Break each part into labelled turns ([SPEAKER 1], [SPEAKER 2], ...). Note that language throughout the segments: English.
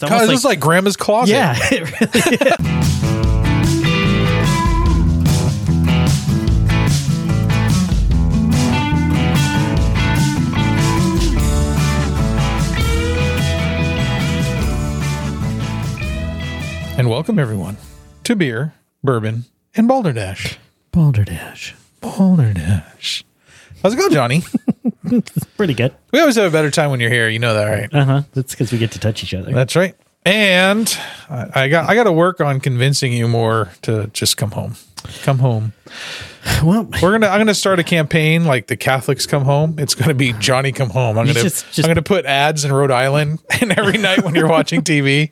[SPEAKER 1] It's almost
[SPEAKER 2] God, this is like grandma's closet.
[SPEAKER 1] yeah, it really is.
[SPEAKER 2] And welcome everyone to beer, bourbon, and balderdash.
[SPEAKER 1] Balderdash.
[SPEAKER 2] Balderdash. How's it going, Johnny?
[SPEAKER 1] Pretty good.
[SPEAKER 2] we always have a better time when you're here. You know that, right?
[SPEAKER 1] Uh huh. That's because we get to touch each other.
[SPEAKER 2] That's right. And I, I got I got to work on convincing you more to just come home. Come home.
[SPEAKER 1] well,
[SPEAKER 2] We're gonna. I'm gonna start a campaign like the Catholics come home. It's gonna be Johnny come home. I'm
[SPEAKER 1] You
[SPEAKER 2] gonna.
[SPEAKER 1] just- just-
[SPEAKER 2] I'm gonna put ads in Rhode Island, and every night when you're watching TV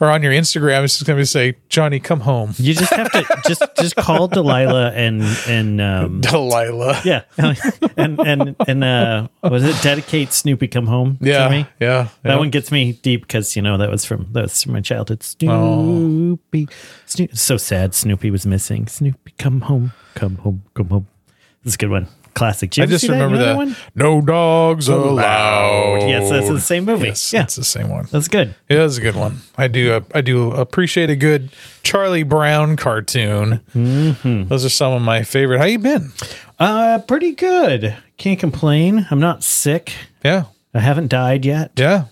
[SPEAKER 2] or on your Instagram, it's just gonna say Johnny come home,
[SPEAKER 1] you just have to just just call Delilah and and um
[SPEAKER 2] Delilah.
[SPEAKER 1] yeah and and and uh was it dedicate Snoopy come home
[SPEAKER 2] yeah,
[SPEAKER 1] to me?
[SPEAKER 2] yeah.
[SPEAKER 1] That
[SPEAKER 2] yeah.
[SPEAKER 1] one gets me deep because you know that was from that was from my childhood. Snoopy, Snoo- it's so sad. Snoopy was missing. Snoopy, come home, come home, come home. This is a good one. Classic. Did you
[SPEAKER 2] I
[SPEAKER 1] ever
[SPEAKER 2] just
[SPEAKER 1] see that? You
[SPEAKER 2] remember
[SPEAKER 1] know
[SPEAKER 2] that.
[SPEAKER 1] one. Oh,
[SPEAKER 2] No dogs allowed.
[SPEAKER 1] Yes, that's the same movie.
[SPEAKER 2] Yes,
[SPEAKER 1] yeah,
[SPEAKER 2] it's the same one.
[SPEAKER 1] that's good.
[SPEAKER 2] It is a good one. I do. Uh, I do appreciate a good Charlie Brown cartoon.
[SPEAKER 1] Mm-hmm.
[SPEAKER 2] Those are some of my favorite. How you been?
[SPEAKER 1] Uh, pretty good. Can't complain. I'm not sick.
[SPEAKER 2] Yeah,
[SPEAKER 1] I haven't died yet.
[SPEAKER 2] yeah,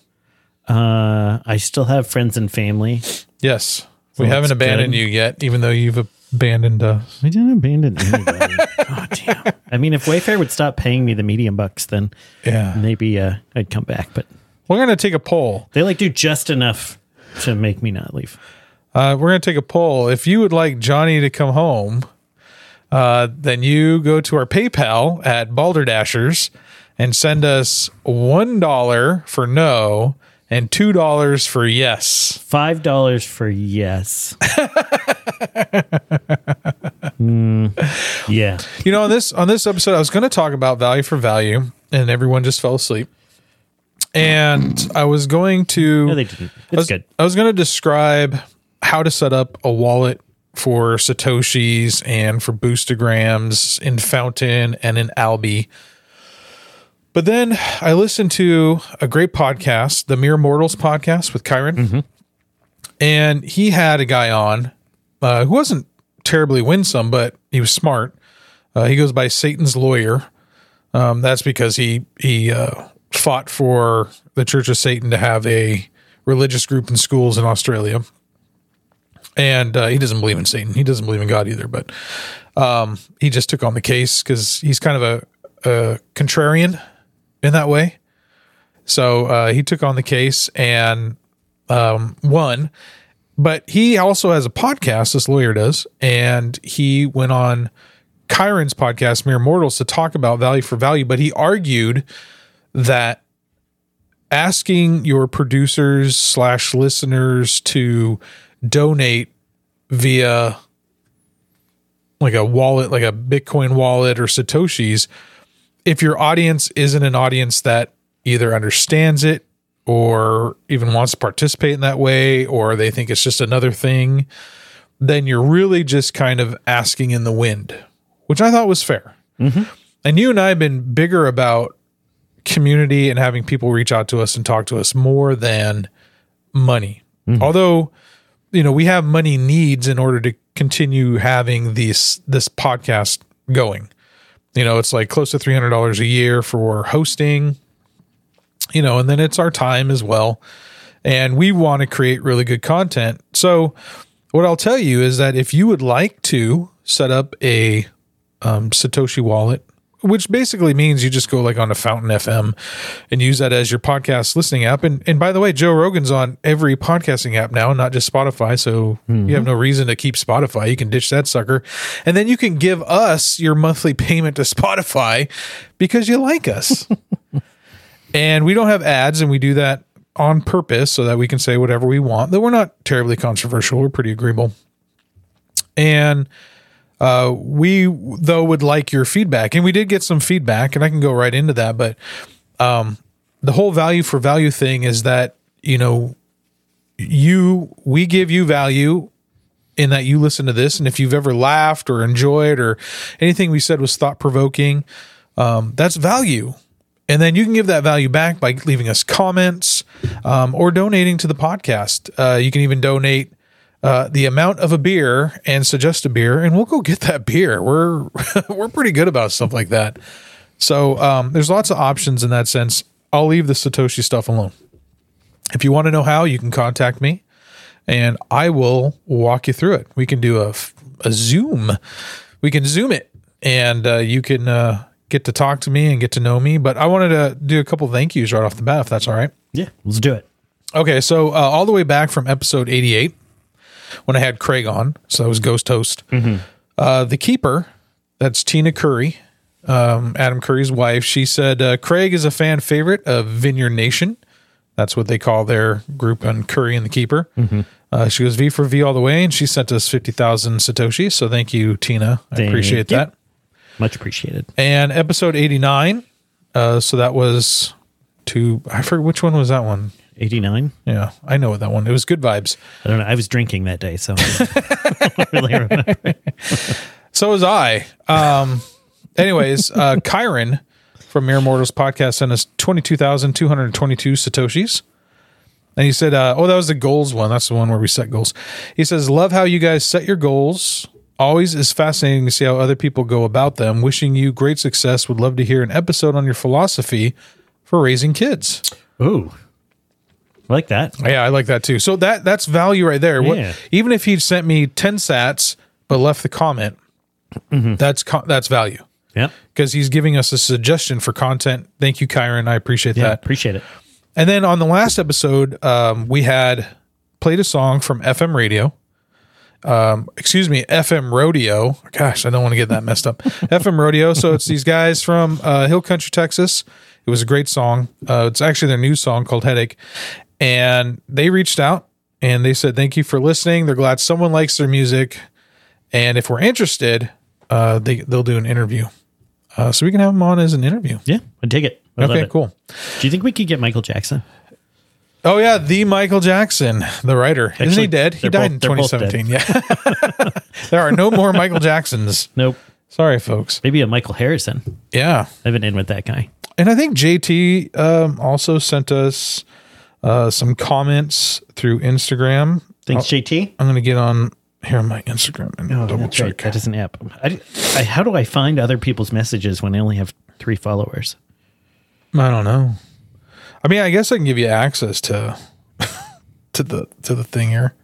[SPEAKER 1] Uh, I still have friends and family.
[SPEAKER 2] yes. we
[SPEAKER 1] that's
[SPEAKER 2] haven't abandoned
[SPEAKER 1] good.
[SPEAKER 2] you yet, even though you've abandoned us.
[SPEAKER 1] I didn't abandon anybody. God Oh, damn. I mean, if Wayfair would stop paying me the medium bucks, then
[SPEAKER 2] Yeah,
[SPEAKER 1] maybe uh, I'd come back. But
[SPEAKER 2] we're gonna take a poll.
[SPEAKER 1] They like do just enough to make me not leave.
[SPEAKER 2] Uh, we're gonna take a poll. If you would like Johnny to come home, uh, then you go to our PayPal at Balderdashers and send us one dollar for no and two dollars for yes.
[SPEAKER 1] Five dollars for yes. Hmm. yeah.
[SPEAKER 2] You know, on this on this episode, I was going to talk about value for value, and everyone just fell asleep. And I was going to.
[SPEAKER 1] No, they didn't.
[SPEAKER 2] I was,
[SPEAKER 1] It's good.
[SPEAKER 2] I was going to describe how to set up a wallet for satoshis and for boostergrams in Fountain and in Albi. But then I listened to a great podcast, the Mere Mortals podcast with Kyron,
[SPEAKER 1] Mm-hmm.
[SPEAKER 2] and he had a guy on uh, who wasn't terribly winsome, but he was smart. Uh, he goes by Satan's lawyer. Um, that's because he he uh, fought for the Church of Satan to have a religious group in schools in Australia, and uh, he doesn't believe in Satan. He doesn't believe in God either, but um, he just took on the case because he's kind of a, a contrarian in that way. So uh, he took on the case and um, won. But he also has a podcast, this lawyer does, and he went on Kyron's podcast, Mere Mortals, to talk about value for value. But he argued that asking your producers slash listeners to donate via like a wallet, like a Bitcoin wallet or Satoshi's, if your audience isn't an audience that either understands it or even wants to participate in that way, or they think it's just another thing, then you're really just kind of asking in the wind, which I thought was fair. And you and I have been bigger about community and having people reach out to us and talk to us more than money. Although, you know, we have money needs in order to continue having these this podcast going. You know, it's like close to three hundred dollars a year for hosting. You know, and then it's our time as well, and we want to create really good content. So, what I'll tell you is that if you would like to set up a um, Satoshi wallet, which basically means you just go like on a Fountain FM and use that as your podcast listening app. And and by the way, Joe Rogan's on every podcasting app now, not just Spotify. So you have no reason to keep Spotify. You can ditch that sucker, and then you can give us your monthly payment to Spotify because you like us. and we don't have ads, and we do that on purpose so that we can say whatever we want. Though we're not terribly controversial, we're pretty agreeable. And uh, we though would like your feedback, and we did get some feedback, and I can go right into that. But um, the whole value for value thing is that you know you we give you value in that you listen to this and if you've ever laughed or enjoyed or anything we said was thought provoking um, that's value And then you can give that value back by leaving us comments um, or donating to the podcast. Uh, you can even donate uh, the amount of a beer and suggest a beer, and we'll go get that beer. We're we're pretty good about stuff like that. So um, there's lots of options in that sense. I'll leave the Satoshi stuff alone. If you want to know how, you can contact me, and I will walk you through it. We can do a, f- a Zoom. We can Zoom it, and uh, you can uh, get to talk to me and get to know me. But I wanted to do a couple thank yous right off the bat, if that's all right.
[SPEAKER 1] Yeah, let's do it.
[SPEAKER 2] Okay, so uh, all the way back from episode 88, when I had Craig on, so that was Ghost Host.
[SPEAKER 1] Mm-hmm.
[SPEAKER 2] Uh, the Keeper, that's Tina Curry, um, Adam Curry's wife, she said, uh, Craig is a fan favorite of Vineyard Nation. That's what they call their group on Curry and the Keeper.
[SPEAKER 1] Mm-hmm.
[SPEAKER 2] Uh, she goes V for V all the way, and she sent us 50,000 Satoshi. So thank you, Tina. I
[SPEAKER 1] Thank
[SPEAKER 2] appreciate
[SPEAKER 1] you.
[SPEAKER 2] that
[SPEAKER 1] Much appreciated.
[SPEAKER 2] and episode 89 uh so that was two i forget which one was that one
[SPEAKER 1] 89.
[SPEAKER 2] yeah i know what that one it was good vibes
[SPEAKER 1] I don't know. I was drinking that day, so I don't really remember.
[SPEAKER 2] so was i um anyways uh kyron from mere mortals podcast sent us 22222 satoshis and he said uh, oh that was the goals one that's the one where we set goals he says love how you guys set your goals always is fascinating to see how other people go about them wishing you great success would love to hear an episode on your philosophy for raising kids
[SPEAKER 1] Ooh. I like that.
[SPEAKER 2] Yeah, I like that too. So that that's value right there.
[SPEAKER 1] Yeah.
[SPEAKER 2] What, even if he sent me ten sats but left the comment,
[SPEAKER 1] Mm-hmm.
[SPEAKER 2] that's co- that's value
[SPEAKER 1] Yep.
[SPEAKER 2] because he's giving us a suggestion for content. Thank you, Kyron. I appreciate
[SPEAKER 1] Yeah,
[SPEAKER 2] that.
[SPEAKER 1] appreciate it.
[SPEAKER 2] And then on the last episode, um, we had played a song from FM radio. Um, excuse me, FM Rodeo. Gosh, I don't want to get that messed up. FM Rodeo. So it's these guys from uh, Hill Country, Texas. It was a great song. Uh, it's actually their new song called Headache. And they reached out and they said, Thank you for listening. They're glad someone likes their music. And if we're interested, uh, they, they'll do an interview. Uh, so we can have them on as an interview.
[SPEAKER 1] Yeah, I dig it. I love
[SPEAKER 2] Okay,
[SPEAKER 1] it.
[SPEAKER 2] cool.
[SPEAKER 1] Do you think we could get Michael Jackson?
[SPEAKER 2] Oh yeah, the Michael Jackson, the writer. Isn't
[SPEAKER 1] Actually,
[SPEAKER 2] he dead? He
[SPEAKER 1] they're
[SPEAKER 2] died
[SPEAKER 1] both-
[SPEAKER 2] in
[SPEAKER 1] they're both
[SPEAKER 2] 2017. Yeah. there are no more Michael Jacksons.
[SPEAKER 1] Nope.
[SPEAKER 2] Sorry, folks.
[SPEAKER 1] Maybe a Michael Harrison.
[SPEAKER 2] Yeah.
[SPEAKER 1] I've been in with that guy.
[SPEAKER 2] And I think JT um, also sent us uh, some comments through Instagram.
[SPEAKER 1] Thanks, JT.
[SPEAKER 2] I'm gonna get on here on my Instagram and double
[SPEAKER 1] Oh, That's right.
[SPEAKER 2] check.
[SPEAKER 1] That is an app. I, I, how do I find other people's messages when I only have three followers?
[SPEAKER 2] I don't know. I mean, I guess I can give you access to to the to the thing here.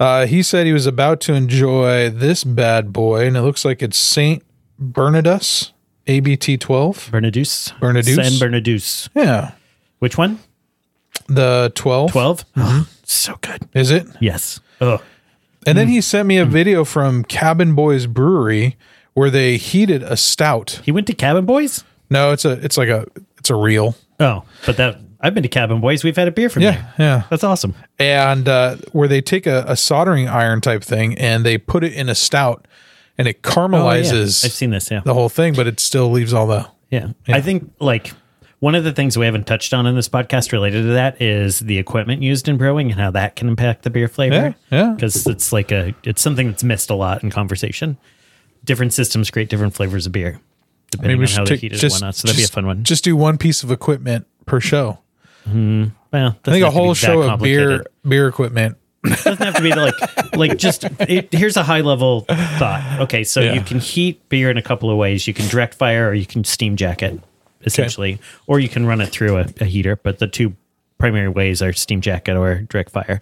[SPEAKER 2] Uh, he said he was about to enjoy this bad boy, and it looks like it's Saint Bernardus ABT twelve.
[SPEAKER 1] Bernaduce.
[SPEAKER 2] Bernaduce?
[SPEAKER 1] San Bernaduce.
[SPEAKER 2] Yeah,
[SPEAKER 1] Which one?
[SPEAKER 2] the twelve.
[SPEAKER 1] 12? Uh-huh. so good.
[SPEAKER 2] is it?
[SPEAKER 1] Yes. Oh,
[SPEAKER 2] And then he sent me a video from Cabin Boys Brewery where they heated a stout.
[SPEAKER 1] he went to Cabin Boys?
[SPEAKER 2] No, it's a it's like a it's a reel.
[SPEAKER 1] Oh, but that I've been to Cabin Boys. We've had a beer from
[SPEAKER 2] Yeah,
[SPEAKER 1] there.
[SPEAKER 2] yeah.
[SPEAKER 1] That's awesome.
[SPEAKER 2] and uh, where they take a, a soldering iron type thing and they put it in a stout and it
[SPEAKER 1] Oh, yeah.
[SPEAKER 2] caramelizes
[SPEAKER 1] I've seen this. Yeah.
[SPEAKER 2] the whole thing, but it still leaves all the.
[SPEAKER 1] yeah. I think like one of the things we haven't touched on in this podcast related to that is the equipment used in brewing and how that can impact the beer flavor.
[SPEAKER 2] Yeah, yeah.
[SPEAKER 1] Because it's like a it's something that's missed a lot in conversation. Different systems create different flavors of beer, depending on how they
[SPEAKER 2] take-
[SPEAKER 1] heat it and whatnot. So that'd be a
[SPEAKER 2] just-
[SPEAKER 1] fun one.
[SPEAKER 2] Just do one piece of equipment per show.
[SPEAKER 1] well,
[SPEAKER 2] I think a whole show of beer beer equipment.
[SPEAKER 1] doesn't have to be like like just it, here's a high level thought. Okay, so
[SPEAKER 2] Yeah.
[SPEAKER 1] you can heat beer in a couple of ways. You can direct fire, or you can steam jack it, essentially, or you can run it through a, a heater. But the two primary ways are steam jacket or direct fire.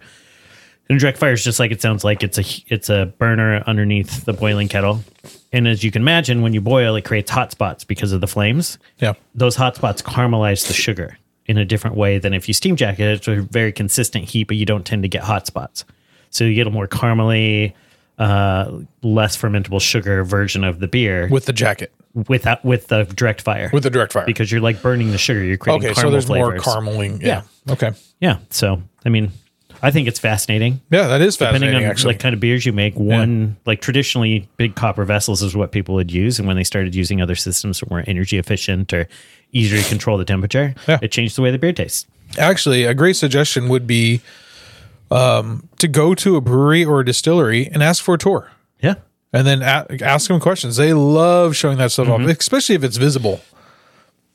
[SPEAKER 1] And direct fire is just like it sounds like it's a he- it's a burner underneath the boiling kettle, and as you can imagine, when you boil, it creates hot spots because of the flames
[SPEAKER 2] Yeah,
[SPEAKER 1] those hot spots caramelize the sugar in a different way than if you steam jacket it. It's a very consistent heat, but you don't tend to get hot spots. So you get a more caramely, uh, less fermentable sugar version of the beer
[SPEAKER 2] with the jacket,
[SPEAKER 1] without with the direct fire.
[SPEAKER 2] with the direct fire.
[SPEAKER 1] because you're like burning the sugar, you're creating
[SPEAKER 2] okay, so
[SPEAKER 1] caramel
[SPEAKER 2] there's
[SPEAKER 1] flavors.
[SPEAKER 2] more carameling. Yeah. Okay.
[SPEAKER 1] Yeah. So I mean, I think it's fascinating.
[SPEAKER 2] Yeah, that is
[SPEAKER 1] Depending
[SPEAKER 2] fascinating.
[SPEAKER 1] on
[SPEAKER 2] actually,
[SPEAKER 1] like kind of beers you make, one like traditionally big copper vessels is what people would use, and when they started using other systems that were energy efficient or easier to control the temperature,
[SPEAKER 2] Yeah.
[SPEAKER 1] it changed the way the beer tastes.
[SPEAKER 2] actually, a great suggestion would be um, to go to a brewery or a distillery and ask for a tour.
[SPEAKER 1] Yeah.
[SPEAKER 2] and then
[SPEAKER 1] Mm-hmm.
[SPEAKER 2] a- ask them questions. They love showing that stuff off, especially if it's visible.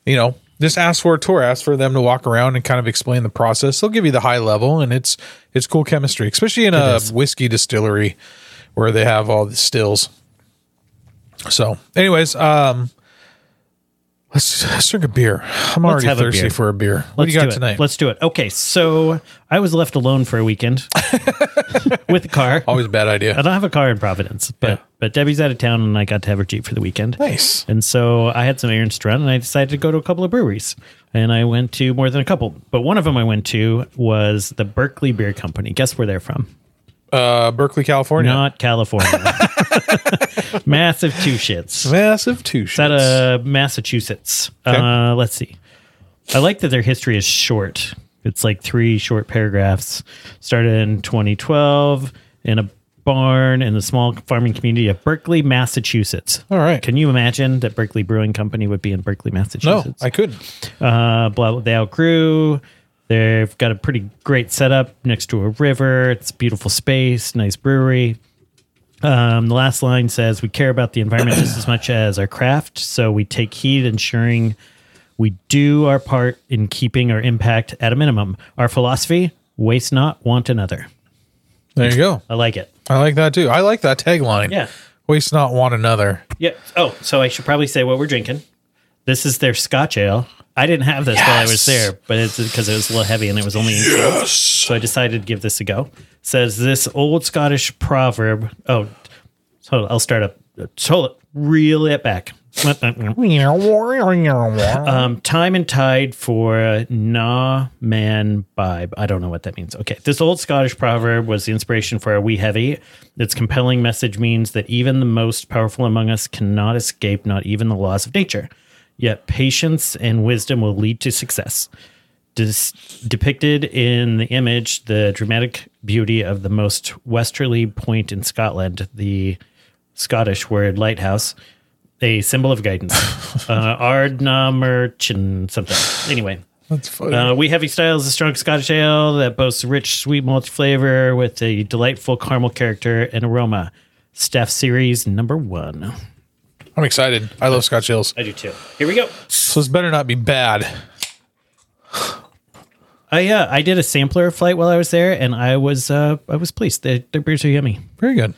[SPEAKER 2] You know, this asks for a tour, asks for them to walk around and kind of explain the process. They'll give you the high level, and it's it's cool chemistry, especially in a
[SPEAKER 1] is.
[SPEAKER 2] whiskey distillery where they have all the stills. So, anyways, um, let's, let's drink a beer. I'm already
[SPEAKER 1] have a
[SPEAKER 2] thirsty
[SPEAKER 1] beer.
[SPEAKER 2] for a beer. what
[SPEAKER 1] Let's
[SPEAKER 2] do you got
[SPEAKER 1] do it.
[SPEAKER 2] tonight?
[SPEAKER 1] Let's do it. Okay, so I was left alone for a weekend with a car.
[SPEAKER 2] Always a bad idea.
[SPEAKER 1] I don't have a car in Providence, but
[SPEAKER 2] Yeah.
[SPEAKER 1] but Debbie's out of town, and I got to have her jeep for the weekend.
[SPEAKER 2] Nice.
[SPEAKER 1] And so I had some errands to run, and I decided to go to a couple of breweries. And I went to more than a couple, but one of them I went to was the Berkeley Beer Company. Guess where they're from?
[SPEAKER 2] Uh, Berkeley, California.
[SPEAKER 1] Not California. Massive two shits.
[SPEAKER 2] Massive two shots.
[SPEAKER 1] It's out of Massachusetts. Uh, let's see. I like that their history is short. It's like three short paragraphs. Started in 2012 in a barn in the small farming community of Berkeley, Massachusetts.
[SPEAKER 2] All right.
[SPEAKER 1] Can you imagine that Berkeley Brewing Company would be in Berkeley,
[SPEAKER 2] no,
[SPEAKER 1] Massachusetts?
[SPEAKER 2] I could.
[SPEAKER 1] uh, blah, they outgrew. They've got a pretty great setup next to a river. It's a beautiful space, nice brewery. Um, the last line says, "We care about the environment just as much as our craft, so we take heed, ensuring we do our part in keeping our impact at a minimum. Our philosophy: waste not, want another."
[SPEAKER 2] There you go.
[SPEAKER 1] I like it.
[SPEAKER 2] I like that too. I like that tagline.
[SPEAKER 1] Yeah.
[SPEAKER 2] Waste not, want another.
[SPEAKER 1] Yep. Oh, so I should probably say what we're drinking. This is their Scotch ale. I didn't have this while I was
[SPEAKER 2] Yes.
[SPEAKER 1] there, but it's because it was a little heavy and it was only in cans. So I decided to give this a go. says this old Scottish proverb. Oh, hold on, I'll start up. Hold it. Reel it back. Um, time and tide for na man bibe. I don't know what that means. Okay. This old Scottish proverb was the inspiration for our We Heavy. Its compelling message means that even the most powerful among us cannot escape not even the laws of nature. Yet patience and wisdom will lead to success. Dis- depicted in the image, the dramatic beauty of the most westerly point in Scotland, the Scottish word lighthouse, a symbol of guidance. uh, Ardnamurchin, something. Anyway,
[SPEAKER 2] That's funny.
[SPEAKER 1] uh, we Heavy Style is a strong Scottish ale that boasts rich, sweet malt flavor with a delightful caramel character and aroma. Staff Series number one.
[SPEAKER 2] I'm excited. I love Scotch Hills.
[SPEAKER 1] I do too. Here we go.
[SPEAKER 2] So this better not be bad.
[SPEAKER 1] I uh, I did a sampler flight while I was there, and I was uh, I was pleased. Their, their beers are yummy.
[SPEAKER 2] Very good.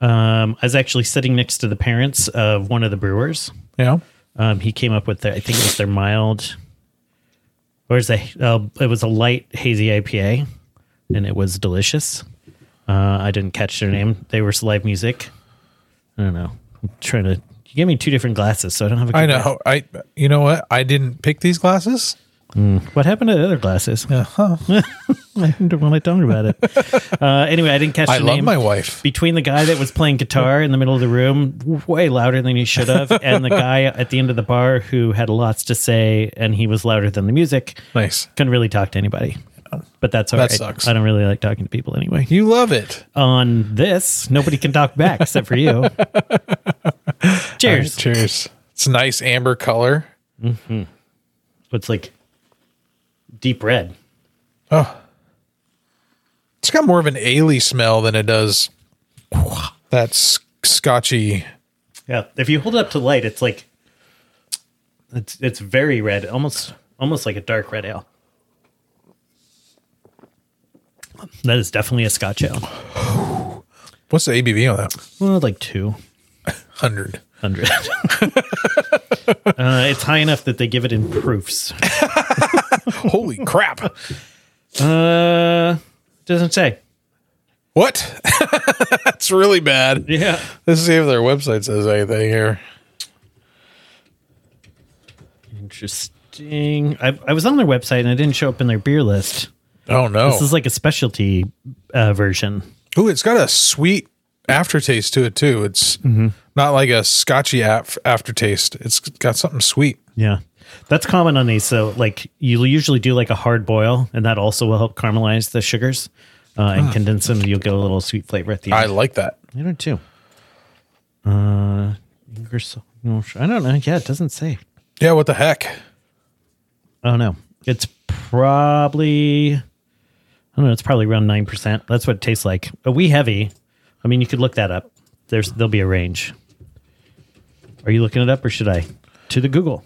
[SPEAKER 1] Um, I was actually sitting next to the parents of one of the brewers.
[SPEAKER 2] Yeah.
[SPEAKER 1] Um, he came up with their, I think it was their mild, or is it? Uh, it was a light hazy IPA, and it was delicious. Uh, I didn't catch their name. They were live music. I don't know. I'm trying to. You gave me two different glasses, so I don't have a.
[SPEAKER 2] I
[SPEAKER 1] good-
[SPEAKER 2] know. I. You know what? I didn't pick these glasses.
[SPEAKER 1] What happened to the other glasses?
[SPEAKER 2] Uh, huh.
[SPEAKER 1] I don't want to talk about it. uh, anyway, I didn't catch.
[SPEAKER 2] I
[SPEAKER 1] the
[SPEAKER 2] love
[SPEAKER 1] name.
[SPEAKER 2] my wife.
[SPEAKER 1] between the guy that was playing guitar in the middle of the room way louder than he should have and the guy at the end of the bar who had lots to say and he was louder than the music
[SPEAKER 2] Nice.
[SPEAKER 1] couldn't really talk to anybody but that's all
[SPEAKER 2] That
[SPEAKER 1] right.
[SPEAKER 2] sucks.
[SPEAKER 1] i don't really like talking to people anyway
[SPEAKER 2] You love it.
[SPEAKER 1] on this nobody can talk back except for you cheers
[SPEAKER 2] Cheers. It's a nice amber color.
[SPEAKER 1] it's like deep red
[SPEAKER 2] It's got more of an ailey smell than it does that sc- scotchy.
[SPEAKER 1] yeah if you hold it up to light it's like it's it's very red almost almost like a dark red ale that is definitely a scotch ale
[SPEAKER 2] What's the ABV on that?
[SPEAKER 1] Well, like two
[SPEAKER 2] Hundred.
[SPEAKER 1] hundred. uh, it's high enough that they give it in proofs.
[SPEAKER 2] Holy crap!
[SPEAKER 1] Uh, doesn't say.
[SPEAKER 2] What? That's really bad.
[SPEAKER 1] Yeah.
[SPEAKER 2] Let's see if their website says anything here.
[SPEAKER 1] Interesting. I, I was on their website and I didn't show up in their beer list.
[SPEAKER 2] Oh no!
[SPEAKER 1] This is like a specialty uh, version.
[SPEAKER 2] Ooh, it's got a sweet aftertaste to it too. It's
[SPEAKER 1] Mm-hmm.
[SPEAKER 2] not like a scotchy af- aftertaste. It's got something sweet.
[SPEAKER 1] Yeah. That's common on these. So, like, you usually do like a hard boil, and that also will help caramelize the sugars uh, and condense them. You'll get a little sweet flavor at the end.
[SPEAKER 2] I like that.
[SPEAKER 1] I don't too. Uh, Ingersoll. no, I don't know. Yeah, it doesn't say.
[SPEAKER 2] Yeah, what the heck?
[SPEAKER 1] Oh no, it's probably. I don't know. It's probably around nine percent. That's what it tastes like. A wee heavy. I mean, you could look that up. There's there'll be a range. Are you looking it up or should I? To the Google.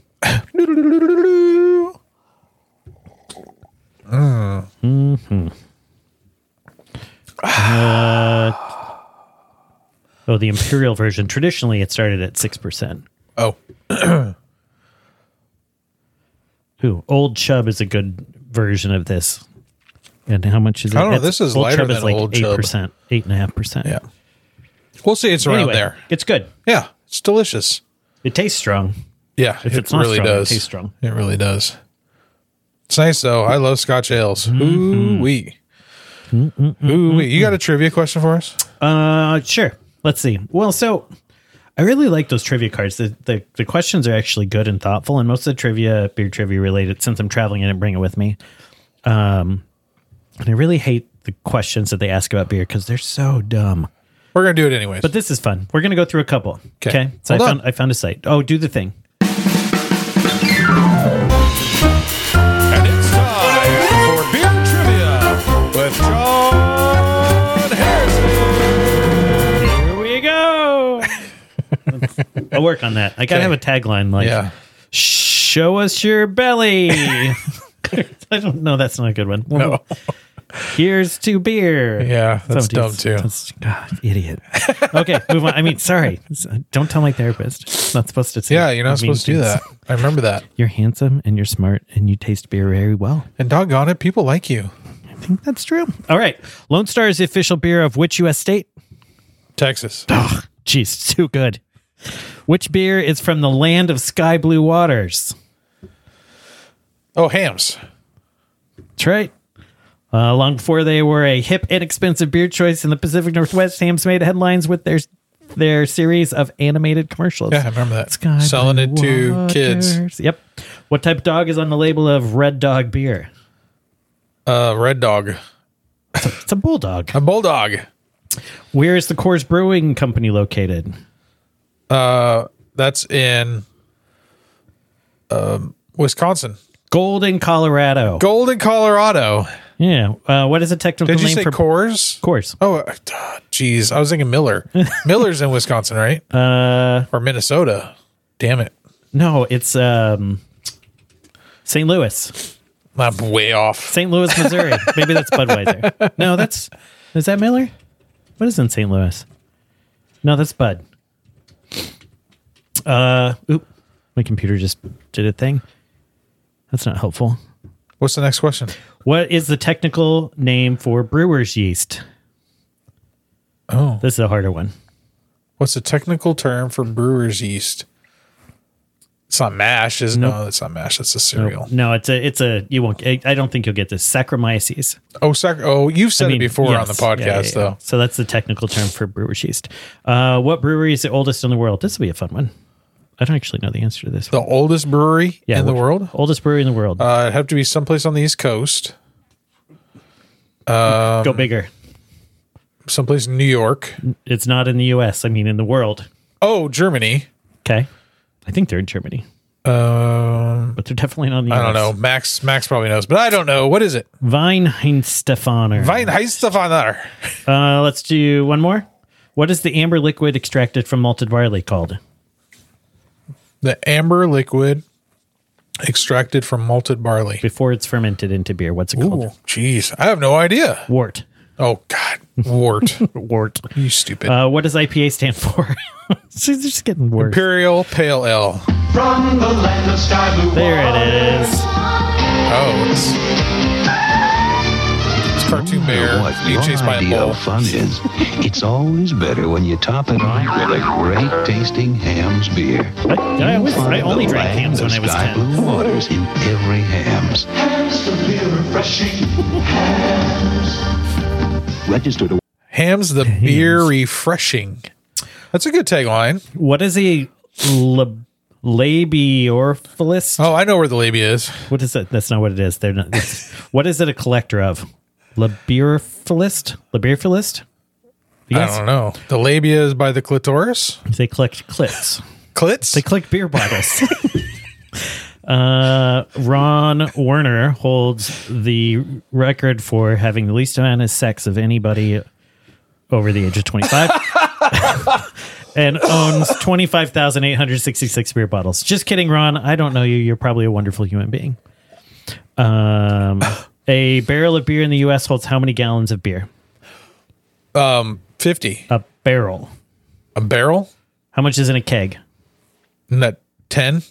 [SPEAKER 1] Uh, Oh, the imperial version. Traditionally, it started at six percent.
[SPEAKER 2] Oh,
[SPEAKER 1] Who? Old Chub is a good version of this. And how much is it?
[SPEAKER 2] I don't know,
[SPEAKER 1] That's-
[SPEAKER 2] this is lighter than Old Chub.
[SPEAKER 1] eight percent, eight and a half percent.
[SPEAKER 2] yeah. We'll see. It's around
[SPEAKER 1] Anyway,
[SPEAKER 2] there.
[SPEAKER 1] it's good.
[SPEAKER 2] Yeah, it's delicious.
[SPEAKER 1] It tastes strong.
[SPEAKER 2] Yeah,
[SPEAKER 1] If
[SPEAKER 2] it
[SPEAKER 1] it's not
[SPEAKER 2] really
[SPEAKER 1] strong, it
[SPEAKER 2] does.
[SPEAKER 1] tastes strong.
[SPEAKER 2] It really does. It's nice though. I love Scotch ales.
[SPEAKER 1] Mm-hmm.
[SPEAKER 2] Ooh wee, ooh wee. You got a trivia question for us?
[SPEAKER 1] Uh, sure. Let's see. Well, so I really like those trivia cards. The, the the questions are actually good and thoughtful, and most of the trivia, beer trivia related, since I'm traveling, I didn't bring it with me. Um, and I really hate the questions that they ask about beer because they're so dumb.
[SPEAKER 2] We're gonna do it anyways.
[SPEAKER 1] But this is fun. We're gonna go through a couple.
[SPEAKER 2] 'Kay.
[SPEAKER 1] Okay. So I
[SPEAKER 2] Hold on.
[SPEAKER 1] found I found a site. Oh, do the thing.
[SPEAKER 2] And it's time for beer trivia with John Harrison.
[SPEAKER 1] Here we go. I'll work on that. I gotta
[SPEAKER 2] Okay.
[SPEAKER 1] have a tagline like
[SPEAKER 2] Yeah,
[SPEAKER 1] show us your belly. I don't know. That's not a good one.
[SPEAKER 2] No.
[SPEAKER 1] Here's to beer.
[SPEAKER 2] Yeah, that's
[SPEAKER 1] Somebody-
[SPEAKER 2] dumb, too.
[SPEAKER 1] that's- God, idiot. Okay, move on. I mean, sorry. Don't tell my therapist. Not supposed to. Say
[SPEAKER 2] yeah. You're not
[SPEAKER 1] mean
[SPEAKER 2] supposed to do
[SPEAKER 1] things.
[SPEAKER 2] that. I remember that.
[SPEAKER 1] You're handsome and you're smart and you taste beer very well.
[SPEAKER 2] And doggone it, people like you.
[SPEAKER 1] I think that's true. All right. Lone Star is the official beer of which U.S. state?
[SPEAKER 2] Texas.
[SPEAKER 1] Oh, geez, too good. Which beer is from the land of sky blue waters?
[SPEAKER 2] Oh, hams.
[SPEAKER 1] That's right. Uh, long before they were a hip, inexpensive beer choice in the Pacific Northwest, Sam's made headlines with their their series of animated commercials.
[SPEAKER 2] Yeah, I remember that.
[SPEAKER 1] Sky
[SPEAKER 2] Selling
[SPEAKER 1] Blue
[SPEAKER 2] it to kids.
[SPEAKER 1] Waters. Yep. What type of dog is on the label of Red Dog beer?
[SPEAKER 2] Uh, red dog.
[SPEAKER 1] It's a bulldog.
[SPEAKER 2] A bulldog.
[SPEAKER 1] Where is the Coors Brewing Company located?
[SPEAKER 2] Uh, That's in um, Wisconsin.
[SPEAKER 1] Golden, Colorado.
[SPEAKER 2] Golden, Colorado.
[SPEAKER 1] yeah. Uh, what is the technical
[SPEAKER 2] Did you
[SPEAKER 1] name
[SPEAKER 2] say
[SPEAKER 1] for
[SPEAKER 2] Coors?
[SPEAKER 1] Coors?
[SPEAKER 2] Oh, uh, duh, geez. I was thinking Miller. Miller's in Wisconsin, right?
[SPEAKER 1] Uh,
[SPEAKER 2] or Minnesota. Damn it.
[SPEAKER 1] no, it's um, St. Louis,
[SPEAKER 2] I'm way off.
[SPEAKER 1] St. Louis, Missouri. Maybe that's Budweiser. No, that's is that Miller? What is in St. Louis? No, that's Bud. Uh, oop, my computer just did a thing. That's not helpful.
[SPEAKER 2] What's the next question?
[SPEAKER 1] What is the technical name for brewer's yeast?
[SPEAKER 2] Oh,
[SPEAKER 1] This is a harder one.
[SPEAKER 2] what's the technical term for brewer's yeast? It's not mash, is it? no, it's not mash. That's a cereal.
[SPEAKER 1] No, it's a, it's a. You won't. I I don't think you'll get this. Saccharomyces.
[SPEAKER 2] Oh, sac- oh, you've said
[SPEAKER 1] I mean,
[SPEAKER 2] it before on
[SPEAKER 1] yes.
[SPEAKER 2] the podcast,
[SPEAKER 1] Yeah, yeah, yeah.
[SPEAKER 2] though.
[SPEAKER 1] So that's the technical term for brewer's yeast. Uh, what brewery is the oldest in the world? This will be a fun one. I don't actually know the answer to this.
[SPEAKER 2] The oldest brewery
[SPEAKER 1] Yeah,
[SPEAKER 2] in the
[SPEAKER 1] which-
[SPEAKER 2] world.
[SPEAKER 1] Oldest brewery in the world.
[SPEAKER 2] Uh, it'd have to be someplace on the East Coast, Uh,
[SPEAKER 1] Go bigger.
[SPEAKER 2] someplace in New York.
[SPEAKER 1] It's not in the U.S. I mean, in the world.
[SPEAKER 2] Oh, Germany.
[SPEAKER 1] Okay. I think they're in Germany,
[SPEAKER 2] Um,
[SPEAKER 1] but they're definitely not in the
[SPEAKER 2] I
[SPEAKER 1] U.S.
[SPEAKER 2] don't know. Max Max probably knows, but I don't know. What is it?
[SPEAKER 1] Weinheinstephaner.
[SPEAKER 2] Vine heist stuff on there.
[SPEAKER 1] Uh, let's do one more. What is the amber liquid extracted from malted barley called?
[SPEAKER 2] The amber liquid extracted from malted barley.
[SPEAKER 1] Before it's fermented into beer, what's it called?
[SPEAKER 2] Ooh, jeez, I have no idea.
[SPEAKER 1] Wort.
[SPEAKER 2] Oh God, wart,
[SPEAKER 1] Wort.
[SPEAKER 2] you stupid.
[SPEAKER 1] Uh, what does IPA stand for? She's just getting worse.
[SPEAKER 2] Imperial Pale Ale.
[SPEAKER 3] From the land of sky blue
[SPEAKER 1] There it is.
[SPEAKER 2] Oh, it's, it's cartoon bear
[SPEAKER 4] What
[SPEAKER 2] being
[SPEAKER 4] your
[SPEAKER 2] chased by a
[SPEAKER 4] idea
[SPEAKER 2] bull.
[SPEAKER 4] of fun is, it's always better when you top it off with a great tasting hams beer.
[SPEAKER 1] I, I, always, I
[SPEAKER 4] Find
[SPEAKER 1] only
[SPEAKER 4] the
[SPEAKER 1] drank
[SPEAKER 4] land
[SPEAKER 1] hams when
[SPEAKER 4] of
[SPEAKER 1] I was
[SPEAKER 4] sky
[SPEAKER 1] 10.
[SPEAKER 4] Blue waters in every hams.
[SPEAKER 3] Hands for beer refreshing. Hands.
[SPEAKER 4] Register to
[SPEAKER 2] Hams the beer refreshing. That's a good tagline.
[SPEAKER 1] What is a lab- labiorphilist?
[SPEAKER 2] Oh, I know where the labia is.
[SPEAKER 1] What is that? That's not what it is. They're not. it's- what is it a collector of? Labiorphilist? Labiorphilist?
[SPEAKER 2] I
[SPEAKER 1] Yes.
[SPEAKER 2] don't know. The labia is by the clitoris.
[SPEAKER 1] They collect clits.
[SPEAKER 2] Clits.
[SPEAKER 1] They collect beer bottles. uh, Ron Werner holds the record for having the least amount of sex of anybody over the age of 25 and owns 25,866 beer bottles. Just kidding, Ron. I don't know you. You're probably a wonderful human being. Um, A barrel of beer in the U.S. holds how many gallons of beer?
[SPEAKER 2] 50.
[SPEAKER 1] A barrel.
[SPEAKER 2] A barrel?
[SPEAKER 1] How much is in a keg?
[SPEAKER 2] Isn't that 10?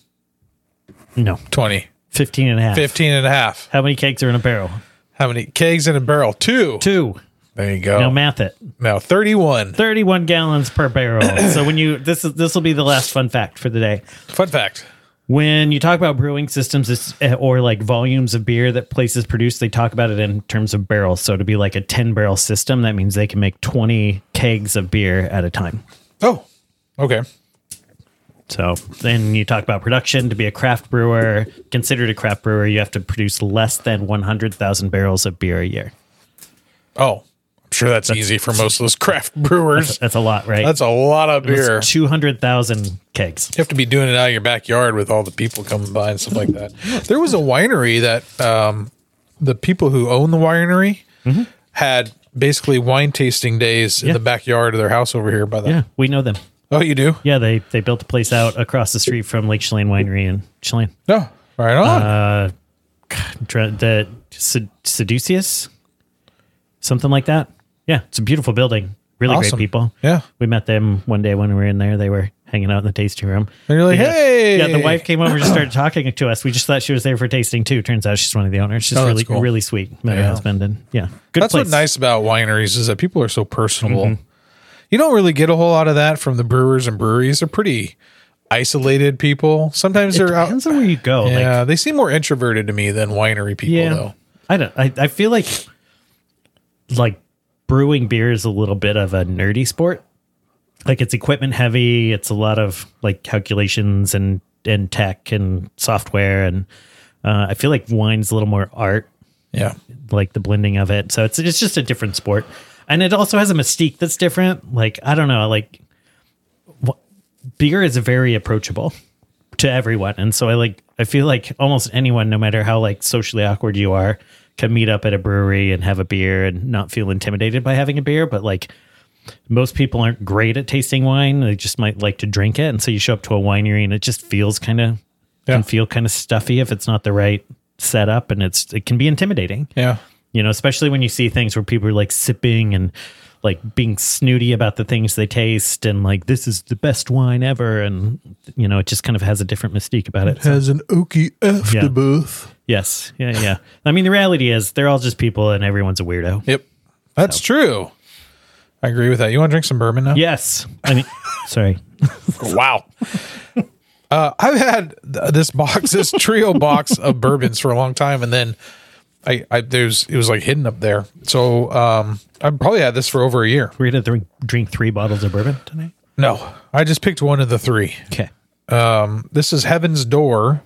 [SPEAKER 1] No,
[SPEAKER 2] 20.
[SPEAKER 1] 15 and a half.
[SPEAKER 2] 15 and a half.
[SPEAKER 1] How many kegs are in a barrel?
[SPEAKER 2] How many kegs in a barrel? Two.
[SPEAKER 1] Two.
[SPEAKER 2] There you go.
[SPEAKER 1] Now math it.
[SPEAKER 2] Now 31.
[SPEAKER 1] 31 gallons per barrel. so when you this is this will be the last fun fact for the day.
[SPEAKER 2] Fun fact.
[SPEAKER 1] When you talk about brewing systems it's- eh, or like volumes of beer that places produce, they talk about it in terms of barrels. So to be like a 10 barrel system, that means they can make 20 kegs of beer at a time.
[SPEAKER 2] Oh, okay.
[SPEAKER 1] So then you talk about production. To be a craft brewer, considered a craft brewer, you have to produce less than 100,000 barrels of beer a year.
[SPEAKER 2] Oh, I'm sure that's, easy for most of those craft brewers.
[SPEAKER 1] That's a lot, right?
[SPEAKER 2] That's a lot of beer.
[SPEAKER 1] That's 200,000 kegs.
[SPEAKER 2] You have to be doing it out of your backyard with all the people coming by and stuff like that. There was a winery that um, the people who own the winery had basically wine tasting days
[SPEAKER 1] Mm-hmm.
[SPEAKER 2] in
[SPEAKER 1] Yeah.
[SPEAKER 2] the backyard of their house over here by the.
[SPEAKER 1] Yeah, we know them.
[SPEAKER 2] Oh, you do?
[SPEAKER 1] Yeah, they they built a place out across the street from Lake Chelan Winery in Chelan.
[SPEAKER 2] No, Oh, right on.
[SPEAKER 1] Uh, Dre- The Sed- Seduceus, something like that. Yeah, it's a beautiful building. Really
[SPEAKER 2] Awesome.
[SPEAKER 1] great people.
[SPEAKER 2] Yeah.
[SPEAKER 1] we met them one day when we were in there. They were hanging out in the tasting room.
[SPEAKER 2] And you're like,
[SPEAKER 1] Yeah.
[SPEAKER 2] "Hey!"
[SPEAKER 1] yeah. The wife came over and started talking to us. We just thought she was there for tasting too. Turns out she's one of the owners. She's
[SPEAKER 2] Oh, that's
[SPEAKER 1] really
[SPEAKER 2] cool.
[SPEAKER 1] really sweet. Met her
[SPEAKER 2] Yeah.
[SPEAKER 1] husband and yeah, good
[SPEAKER 2] That's
[SPEAKER 1] place. Mm-hmm.
[SPEAKER 2] what's nice about wineries is that people are so personable. You don't really get a whole lot of that from the brewers and breweries. They're pretty isolated people. Sometimes
[SPEAKER 1] It
[SPEAKER 2] they're out.
[SPEAKER 1] depends on where you go. Like,
[SPEAKER 2] yeah, they seem more introverted to me than winery people, though.
[SPEAKER 1] I don't. I, I feel like like brewing beer is a little bit of a nerdy sport. Like it's equipment heavy. It's a lot of like calculations and and tech and software and uh, I feel like wine's a little more art,
[SPEAKER 2] Yeah.
[SPEAKER 1] like the blending of it. So it's it's just a different sport, and it also has a mystique that's different. Like I don't know, like wh- beer is very approachable to everyone and so i like i feel like almost anyone no matter how like socially awkward you are can meet up at a brewery and have a beer and not feel intimidated by having a beer but like most people aren't great at tasting wine they just might like to drink it and so you show up to a winery and it just feels kind of
[SPEAKER 2] Yeah.
[SPEAKER 1] can feel kind of stuffy if it's not the right setup and it's it can be intimidating
[SPEAKER 2] Yeah.
[SPEAKER 1] you know, especially when you see things where people are like sipping and like being snooty about the things they taste and like this is the best wine ever and you know it just kind of has a different mystique about it
[SPEAKER 2] Has an oaky afterbirth.
[SPEAKER 1] yes yeah yeah i mean the reality is they're all just people and everyone's a weirdo
[SPEAKER 2] Yep. That's true. I agree with that. You want to drink some bourbon now?
[SPEAKER 1] yes i mean sorry
[SPEAKER 2] Wow. uh, I've had th- this box, this trio box of bourbons for a long time, and then I, I there's it was like hidden up there. So um, I probably had this for over a year.
[SPEAKER 1] we're gonna drink, drink three bottles of bourbon tonight
[SPEAKER 2] No, I just picked one of the three. Um,
[SPEAKER 1] okay
[SPEAKER 2] This is Heaven's Door.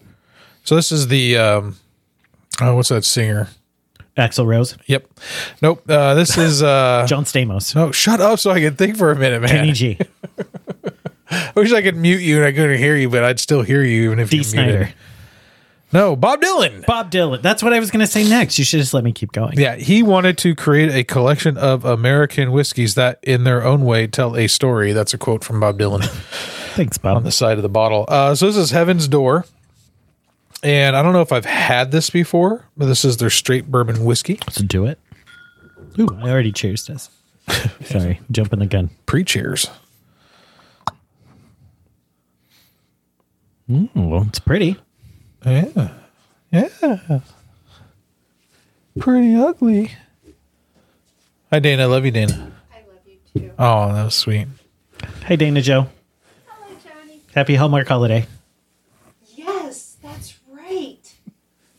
[SPEAKER 2] So this is the um, oh, what's that singer?
[SPEAKER 1] axel rose
[SPEAKER 2] Yep. Nope. Uh, this is uh,
[SPEAKER 1] john stamos
[SPEAKER 2] no. Shut up, so I can think for a minute, man.
[SPEAKER 1] kenny g
[SPEAKER 2] I wish I could mute you and I couldn't hear you, but I'd still hear you even if
[SPEAKER 1] d
[SPEAKER 2] you
[SPEAKER 1] snyder
[SPEAKER 2] muted. No, Bob Dylan.
[SPEAKER 1] bob dylan that's what i was gonna say next you should just let me keep going
[SPEAKER 2] Yeah, he wanted to create a collection of American whiskeys that, in their own way, tell a story. That's a quote from Bob Dylan
[SPEAKER 1] thanks
[SPEAKER 2] on
[SPEAKER 1] bob
[SPEAKER 2] the side of the bottle. Uh, so this is Heaven's Door, and I don't know if I've had this before, but this is their straight bourbon whiskey.
[SPEAKER 1] let's do it Ooh, i already cheers this sorry jumping the gun
[SPEAKER 2] Pre-cheers.
[SPEAKER 1] Well, it's pretty.
[SPEAKER 2] Yeah, yeah. Pretty ugly. Hi, Dana. I love you, Dana.
[SPEAKER 5] I love you too.
[SPEAKER 2] Oh, that was sweet.
[SPEAKER 1] Hey, Dana Joe.
[SPEAKER 5] Hello, Johnny.
[SPEAKER 1] Happy Hallmark holiday.
[SPEAKER 5] Yes, that's right.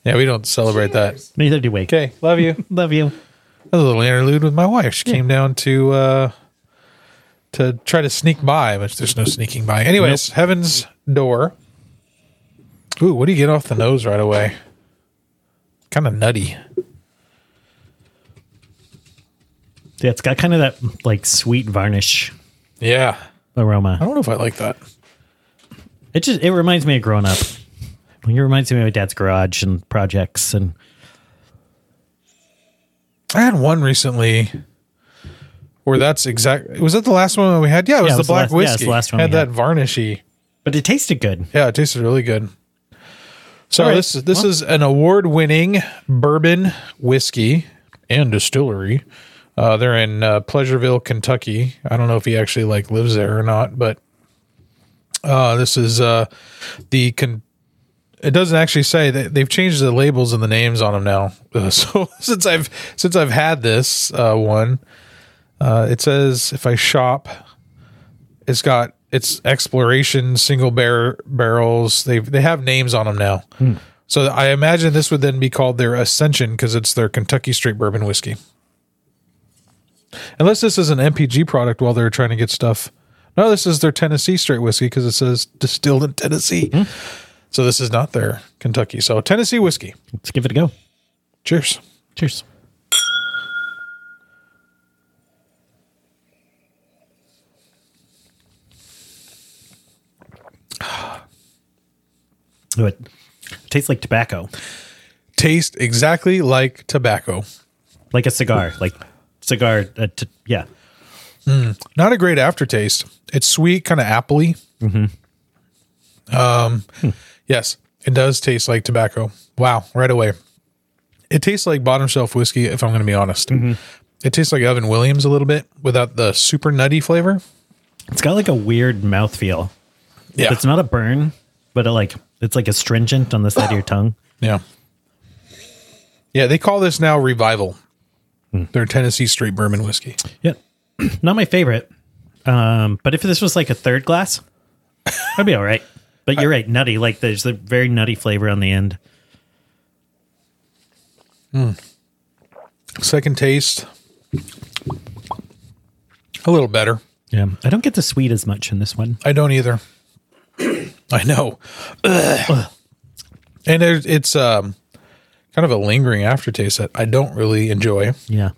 [SPEAKER 2] Yeah, we don't celebrate
[SPEAKER 5] Cheers.
[SPEAKER 1] Neither do we.
[SPEAKER 2] that. Okay, love you.
[SPEAKER 1] Love you.
[SPEAKER 2] a little interlude with my wife. She came down to uh to try to sneak by, but there's no sneaking by. Anyways, heaven's door. Ooh, what do you get off the nose right away? Kind of nutty.
[SPEAKER 1] Yeah, it's got kind of that like sweet varnish
[SPEAKER 2] Yeah. I
[SPEAKER 1] aroma.
[SPEAKER 2] don't know if I like that.
[SPEAKER 1] It just it reminds me of growing up. Like, It reminds me of my dad's garage and projects and
[SPEAKER 2] I had one recently where that's exact was that the last one we had? Yeah, it was
[SPEAKER 1] Yeah, it
[SPEAKER 2] the
[SPEAKER 1] was the
[SPEAKER 2] black
[SPEAKER 1] last- yeah, it's
[SPEAKER 2] whiskey.
[SPEAKER 1] the last one
[SPEAKER 2] had
[SPEAKER 1] we
[SPEAKER 2] that
[SPEAKER 1] had.
[SPEAKER 2] varnishy.
[SPEAKER 1] but it tasted good.
[SPEAKER 2] Yeah, it tasted really good. So
[SPEAKER 1] All right.
[SPEAKER 2] this is this is an award-winning bourbon whiskey and distillery. Uh, they're in uh, Pleasureville, Kentucky. I don't know if he actually like lives there or not, but uh, this is uh, the con- it doesn't actually say that they've changed the labels and the names on them now. Uh, so since I've since I've had this uh, one, uh, it says if I shop, it's got it's exploration single bar- barrels. They they have names on them now. So I imagine this would then be called their Ascension because it's their Kentucky Straight Bourbon whiskey. Unless this is an MPG product while they're trying to get stuff. No, this is their Tennessee Straight whiskey because it says distilled in Tennessee. So this is not their Kentucky. So Tennessee whiskey.
[SPEAKER 1] Let's give it a go.
[SPEAKER 2] Cheers.
[SPEAKER 1] Cheers. Oh, it tastes like tobacco,
[SPEAKER 2] Taste exactly like tobacco.
[SPEAKER 1] like a cigar, like cigar. Uh, t- yeah,
[SPEAKER 2] not a great aftertaste. It's sweet, kind of appley. Um, yes, it does taste like tobacco. Wow, right away. It tastes like bottom shelf whiskey. If I'm going to be honest, it tastes like Evan Williams a little bit without the super nutty flavor.
[SPEAKER 1] it's got like a weird mouthfeel.
[SPEAKER 2] Yeah,
[SPEAKER 1] It's not a burn, but it like it's like astringent on the side of your tongue.
[SPEAKER 2] yeah, yeah. They call this now revival. Their Tennessee straight bourbon whiskey.
[SPEAKER 1] Yeah, not my favorite. Um, but if this was like a third glass, I'd be all right. But you're right, nutty. Like there's a very nutty flavor on the end.
[SPEAKER 2] Second taste, a little better.
[SPEAKER 1] Yeah, I don't get the sweet as much in this one.
[SPEAKER 2] I don't either. I know. Ugh. and there's, it's um, kind of a lingering aftertaste that I don't really enjoy.
[SPEAKER 1] Yeah,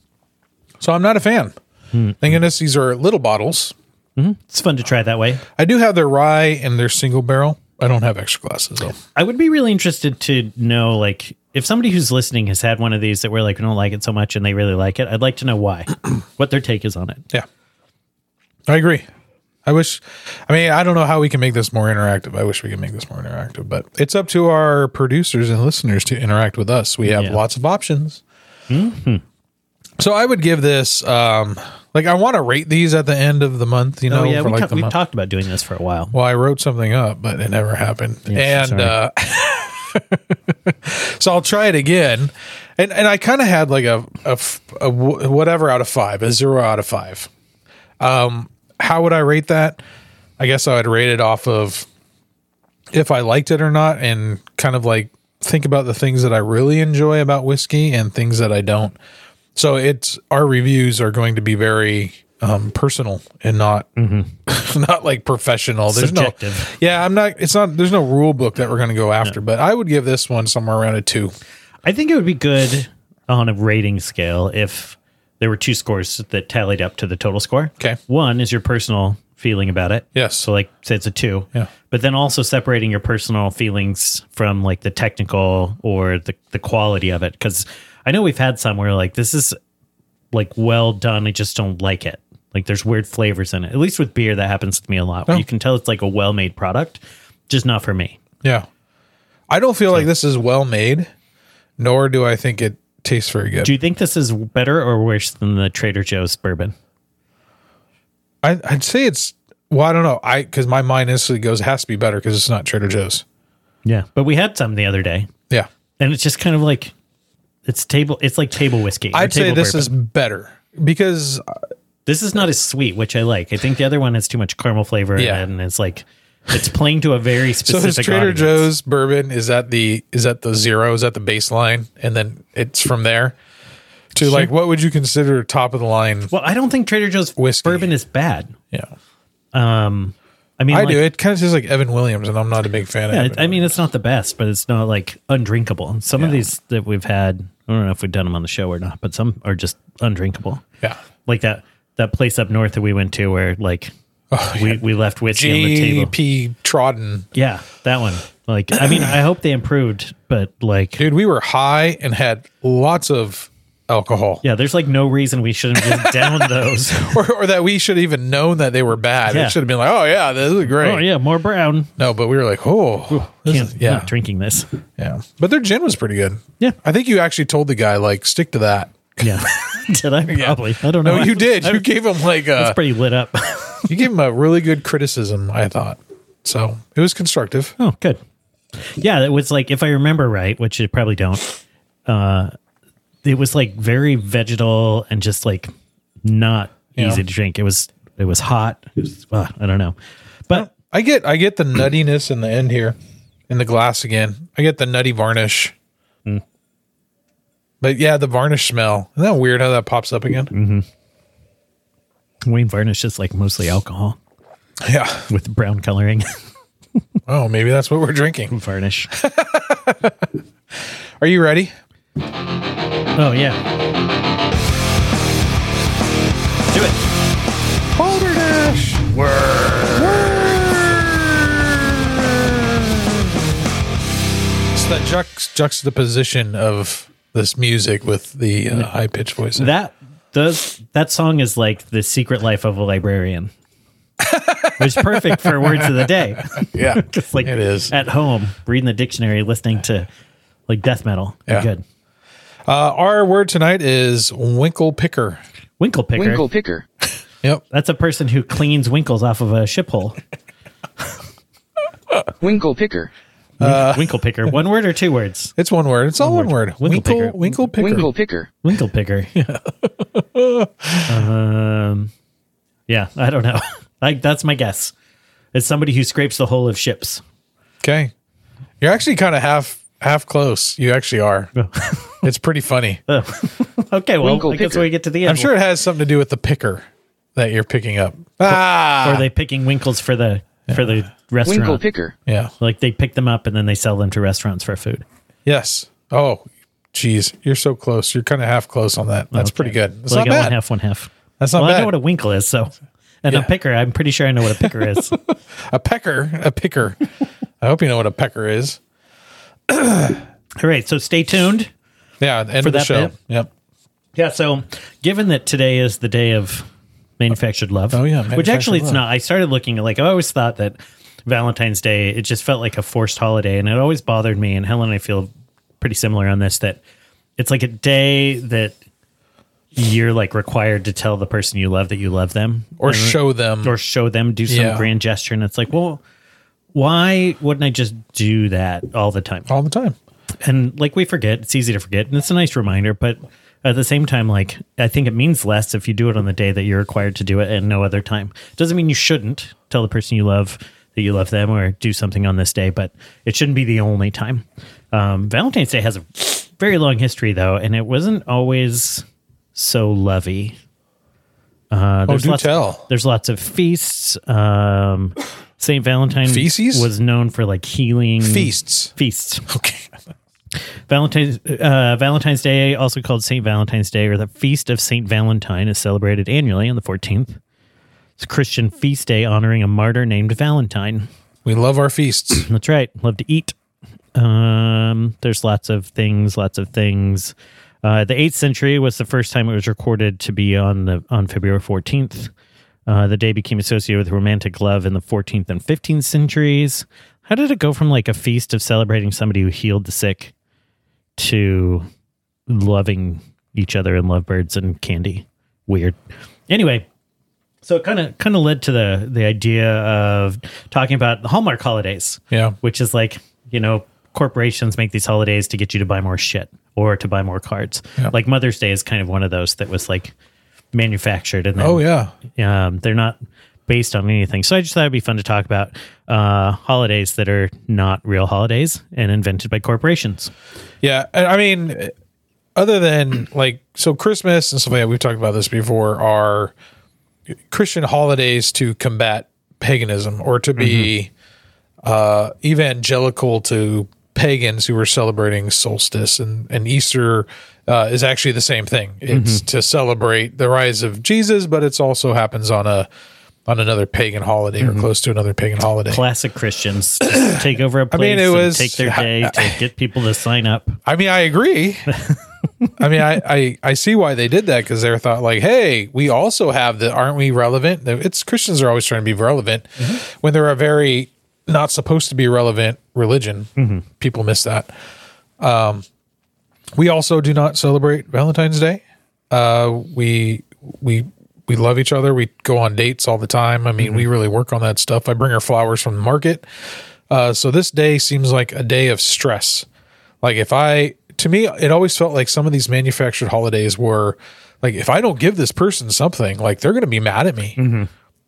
[SPEAKER 2] So I'm not a fan. Thank goodness these are little bottles.
[SPEAKER 1] it's fun to try that way.
[SPEAKER 2] I do have their rye and their single barrel. I don't have extra glasses though.
[SPEAKER 1] I would be really interested to know, like, if somebody who's listening has had one of these that we're like, we don't like it so much, and they really like it. I'd like to know why, what their take is on it.
[SPEAKER 2] Yeah. I agree. I wish, I mean, I don't know how we can make this more interactive. I wish we could make this more interactive, but it's up to our producers and listeners to interact with us. We have
[SPEAKER 1] Yeah. Mm-hmm.
[SPEAKER 2] lots of options. So I would give this, um, like, I want to rate these at the end of the month, you know,
[SPEAKER 1] oh yeah,
[SPEAKER 2] for
[SPEAKER 1] we
[SPEAKER 2] like
[SPEAKER 1] ta-
[SPEAKER 2] the
[SPEAKER 1] we've
[SPEAKER 2] month.
[SPEAKER 1] talked about doing this for a while.
[SPEAKER 2] Well, I wrote something up, but it never happened.
[SPEAKER 1] Yes,
[SPEAKER 2] and
[SPEAKER 1] sorry.
[SPEAKER 2] uh, so I'll try it again. And and I kind of had like a, a f- a w- whatever out of five, a zero out of five. Um, how would I rate that? I guess I would rate it off of if I liked it or not, and kind of like think about the things that I really enjoy about whiskey and things that I don't. So it's our reviews are going to be very um, personal and not not like professional. There's
[SPEAKER 1] Mm-hmm. Subjective.
[SPEAKER 2] no yeah. I'm not. It's not. There's no rule book that we're going to go after. But I would give this one somewhere around a two.
[SPEAKER 1] I think it would be good on a rating scale if there were two scores that tallied up to the total score.
[SPEAKER 2] Okay.
[SPEAKER 1] One is your personal feeling about it.
[SPEAKER 2] Yes.
[SPEAKER 1] So like say it's a two.
[SPEAKER 2] Yeah.
[SPEAKER 1] But then also separating your personal feelings from like the technical or the, the quality of it. Cause I know we've had some where like this is like well done. I just don't like it. Like there's weird flavors in it. At least with beer, that happens with me a lot. Where
[SPEAKER 2] Oh.
[SPEAKER 1] You can tell it's like a well made product, just not for me.
[SPEAKER 2] Yeah. I don't feel like this is well made, nor do I think it tastes very good.
[SPEAKER 1] Do you think this is better or worse than the Trader Joe's bourbon?
[SPEAKER 2] I, I'd say it's well, I don't know. I because my mind instantly goes has to be better because it's not Trader Joe's.
[SPEAKER 1] Yeah. But we had some the other day,
[SPEAKER 2] Yeah,
[SPEAKER 1] and it's just kind of like it's table. It's like table whiskey. or
[SPEAKER 2] I'd say
[SPEAKER 1] table
[SPEAKER 2] this
[SPEAKER 1] bourbon.
[SPEAKER 2] is better because
[SPEAKER 1] this is not as sweet, which I like. I think the other one has too much caramel flavor, in
[SPEAKER 2] Yeah.
[SPEAKER 1] it, and it's like it's playing to a very
[SPEAKER 2] so
[SPEAKER 1] specific.
[SPEAKER 2] this Trader
[SPEAKER 1] audience.
[SPEAKER 2] Joe's bourbon is at the is at the zero is at the baseline, and then it's from there to like what would you consider top of the line?
[SPEAKER 1] Well, I don't think Trader Joe's
[SPEAKER 2] Whiskey.
[SPEAKER 1] bourbon is bad.
[SPEAKER 2] Yeah,
[SPEAKER 1] I mean,
[SPEAKER 2] I
[SPEAKER 1] like,
[SPEAKER 2] do. It kind of tastes like Evan Williams, and I'm not a big fan
[SPEAKER 1] Yeah,
[SPEAKER 2] of.
[SPEAKER 1] it-
[SPEAKER 2] Evan
[SPEAKER 1] I mean, it's not the best, but it's not like undrinkable. Some of
[SPEAKER 2] Yeah.
[SPEAKER 1] these that we've had, I don't know if we've done them on the show or not, but some are just undrinkable.
[SPEAKER 2] Williams. yeah.
[SPEAKER 1] Like that that place up north that we went to, where like
[SPEAKER 2] Oh,
[SPEAKER 1] we, we left whiskey on the table.
[SPEAKER 2] J.P. Trodden,
[SPEAKER 1] Yeah, that one. Like, I mean, I hope they improved, but like,
[SPEAKER 2] dude, we were high and had lots of alcohol.
[SPEAKER 1] Yeah, there's like no reason we shouldn't just down those.
[SPEAKER 2] Or, or that we should have even known that they were bad.
[SPEAKER 1] Yeah.
[SPEAKER 2] It should have been like, oh, yeah, this is great.
[SPEAKER 1] Oh yeah, more brown.
[SPEAKER 2] No, but we were like, oh, this
[SPEAKER 1] Can't,
[SPEAKER 2] is- yeah,
[SPEAKER 1] Not drinking this.
[SPEAKER 2] yeah. But their gin was pretty good.
[SPEAKER 1] Yeah.
[SPEAKER 2] I think you actually told the guy, like, stick to that.
[SPEAKER 1] Yeah. Did I? Probably. I don't know.
[SPEAKER 2] No, you did. You gave him like a,
[SPEAKER 1] It's pretty lit up.
[SPEAKER 2] you gave him a really good criticism, I thought. So it was constructive.
[SPEAKER 1] Oh, good. Yeah, it was like if I remember right, which it probably don't. Uh, it was like very vegetal and just like not
[SPEAKER 2] Yeah.
[SPEAKER 1] easy to drink. It was it was hot. It was, uh, I don't know, but
[SPEAKER 2] I get I get the nuttiness in the end here, in the glass again. I get the nutty varnish.
[SPEAKER 1] Mm.
[SPEAKER 2] But yeah, the varnish smell. Isn't that weird how that pops up again?
[SPEAKER 1] Mm. Wayne varnish is like mostly alcohol
[SPEAKER 2] Yeah.
[SPEAKER 1] with brown coloring
[SPEAKER 2] Oh, maybe that's what we're drinking.
[SPEAKER 1] varnish.
[SPEAKER 2] Are you ready?
[SPEAKER 1] Oh yeah, do it.
[SPEAKER 2] Balderdash. It's that jux- juxtaposition of this music with the uh, high pitched voice.
[SPEAKER 1] That does that song is like the secret life of a librarian. Which is perfect for words of the day.
[SPEAKER 2] yeah,
[SPEAKER 1] It's like
[SPEAKER 2] it is.
[SPEAKER 1] at home reading the dictionary, listening to like death metal. You're
[SPEAKER 2] Yeah.
[SPEAKER 1] Good.
[SPEAKER 2] Uh, our word tonight is winkle picker.
[SPEAKER 1] Winkle picker.
[SPEAKER 6] Winkle picker.
[SPEAKER 2] Yep.
[SPEAKER 1] That's a person who cleans winkles off of a ship hole.
[SPEAKER 6] Winkle picker.
[SPEAKER 2] Uh.
[SPEAKER 1] winkle picker. One word or two words.
[SPEAKER 2] It's one word. It's all one word.
[SPEAKER 1] Winkle picker.
[SPEAKER 2] Winkle Winkle picker.
[SPEAKER 6] Winkle picker.
[SPEAKER 1] Winkle picker. Yeah. um, yeah. I don't know. Like that's my guess. It's somebody who scrapes the hole of ships.
[SPEAKER 2] Okay. You're actually kind of half half close. You actually are. it's pretty funny.
[SPEAKER 1] Oh. okay. Well,
[SPEAKER 6] Winkle
[SPEAKER 1] I guess
[SPEAKER 6] picker.
[SPEAKER 1] we get to the end.
[SPEAKER 2] I'm sure it has something to do with the picker that you're picking up. Ah.
[SPEAKER 1] Or are they picking winkles for the for the restaurant?
[SPEAKER 6] Winkle picker.
[SPEAKER 2] yeah.
[SPEAKER 1] Like they pick them up and then they sell them to restaurants for food.
[SPEAKER 2] Yes. Oh, geez. You're so close. You're kind of half close on that. That's pretty good. That's
[SPEAKER 1] Well, I
[SPEAKER 2] not
[SPEAKER 1] got one
[SPEAKER 2] bad.
[SPEAKER 1] half, one half.
[SPEAKER 2] That's not
[SPEAKER 1] well, I know
[SPEAKER 2] bad.
[SPEAKER 1] what a winkle is, so and a
[SPEAKER 2] Yeah.
[SPEAKER 1] picker. I'm pretty sure I know what a picker is.
[SPEAKER 2] a pecker. A picker. I hope you know what a pecker is.
[SPEAKER 1] All right, so stay tuned.
[SPEAKER 2] Yeah. End
[SPEAKER 1] For
[SPEAKER 2] of the
[SPEAKER 1] that
[SPEAKER 2] show.
[SPEAKER 1] bit?
[SPEAKER 2] Yep.
[SPEAKER 1] Yeah, so given that today is the day of manufactured love,
[SPEAKER 2] Oh, yeah,
[SPEAKER 1] which actually
[SPEAKER 2] manufactured
[SPEAKER 1] it's
[SPEAKER 2] love.
[SPEAKER 1] not. I started looking at like I always thought that Valentine's Day it just felt like a forced holiday, and it always bothered me. And Helen and I feel pretty similar on this that it's like a day that you're like required to tell the person you love that you love them
[SPEAKER 2] Or
[SPEAKER 1] And-
[SPEAKER 2] show them.
[SPEAKER 1] or show them do some
[SPEAKER 2] Yeah.
[SPEAKER 1] grand gesture and it's like well why wouldn't i just do that all the time
[SPEAKER 2] all the time.
[SPEAKER 1] and like we forget it's easy to forget and it's a nice reminder but at the same time like i think it means less if you do it on the day that you're required to do it and no other time doesn't mean you shouldn't tell the person you love that you love them or do something on this day but it shouldn't be the only time um, valentine's day has a very long history though and it wasn't always so lovey uh, there's
[SPEAKER 2] Oh, do
[SPEAKER 1] lots-
[SPEAKER 2] tell.
[SPEAKER 1] There's lots of feasts. Um, Saint Valentine
[SPEAKER 2] Feces?
[SPEAKER 1] was known for like healing
[SPEAKER 2] Feasts.
[SPEAKER 1] feasts.
[SPEAKER 2] Okay.
[SPEAKER 1] Valentine's uh, Valentine's Day, also called Saint Valentine's Day, or the Feast of Saint Valentine, is celebrated annually on the 14th. It's a Christian feast day honoring a martyr named Valentine.
[SPEAKER 2] We love our feasts.
[SPEAKER 1] That's right. Love to eat. Um, there's lots of things, lots of things. Uh, the eighth century was the first time it was recorded to be on the on February 14th. Uh, the day became associated with romantic love in the 14th and 15th centuries. How did it go from like a feast of celebrating somebody who healed the sick to loving each other and lovebirds and candy? Weird. Anyway, so it kind of kind of led to the the idea of talking about the Hallmark holidays
[SPEAKER 2] Yeah.
[SPEAKER 1] which is like you know corporations make these holidays to get you to buy more shit or to buy more cards
[SPEAKER 2] Yeah.
[SPEAKER 1] like mother's day is kind of one of those that was like manufactured and then
[SPEAKER 2] Oh, yeah.
[SPEAKER 1] um, they're not based on anything so i just thought it'd be fun to talk about uh, holidays that are not real holidays and invented by corporations
[SPEAKER 2] Yeah, and I mean, other than like so Christmas and stuff like that, we've talked about this before. Are Christian holidays to combat paganism or to be uh, evangelical to pagans who are celebrating solstice and and Easter uh, is actually the same thing. It's to celebrate the rise of Jesus, but it's also happens on a on another pagan holiday or close to another pagan holiday.
[SPEAKER 1] classic christians just take over a place
[SPEAKER 2] mean, it
[SPEAKER 1] and
[SPEAKER 2] was-
[SPEAKER 1] take their day to get people to sign up
[SPEAKER 2] I mean, I agree. I mean, I, I, I see why they did that because they thought like, hey, we also have the aren't we relevant? It's Christians are always trying to be relevant when they're a very not supposed to be relevant religion. People miss that. Um, we also do not celebrate Valentine's Day. Uh, we we we love each other. We go on dates all the time. I mean, we
[SPEAKER 1] Mm-hmm.
[SPEAKER 2] really work on that stuff. I bring her flowers from the market. Uh, so this day seems like a day of stress. Like if I, to me, it always felt like some of these manufactured holidays were like, if I don't give this person something, like they're going to be mad at me.
[SPEAKER 1] Mm-hmm.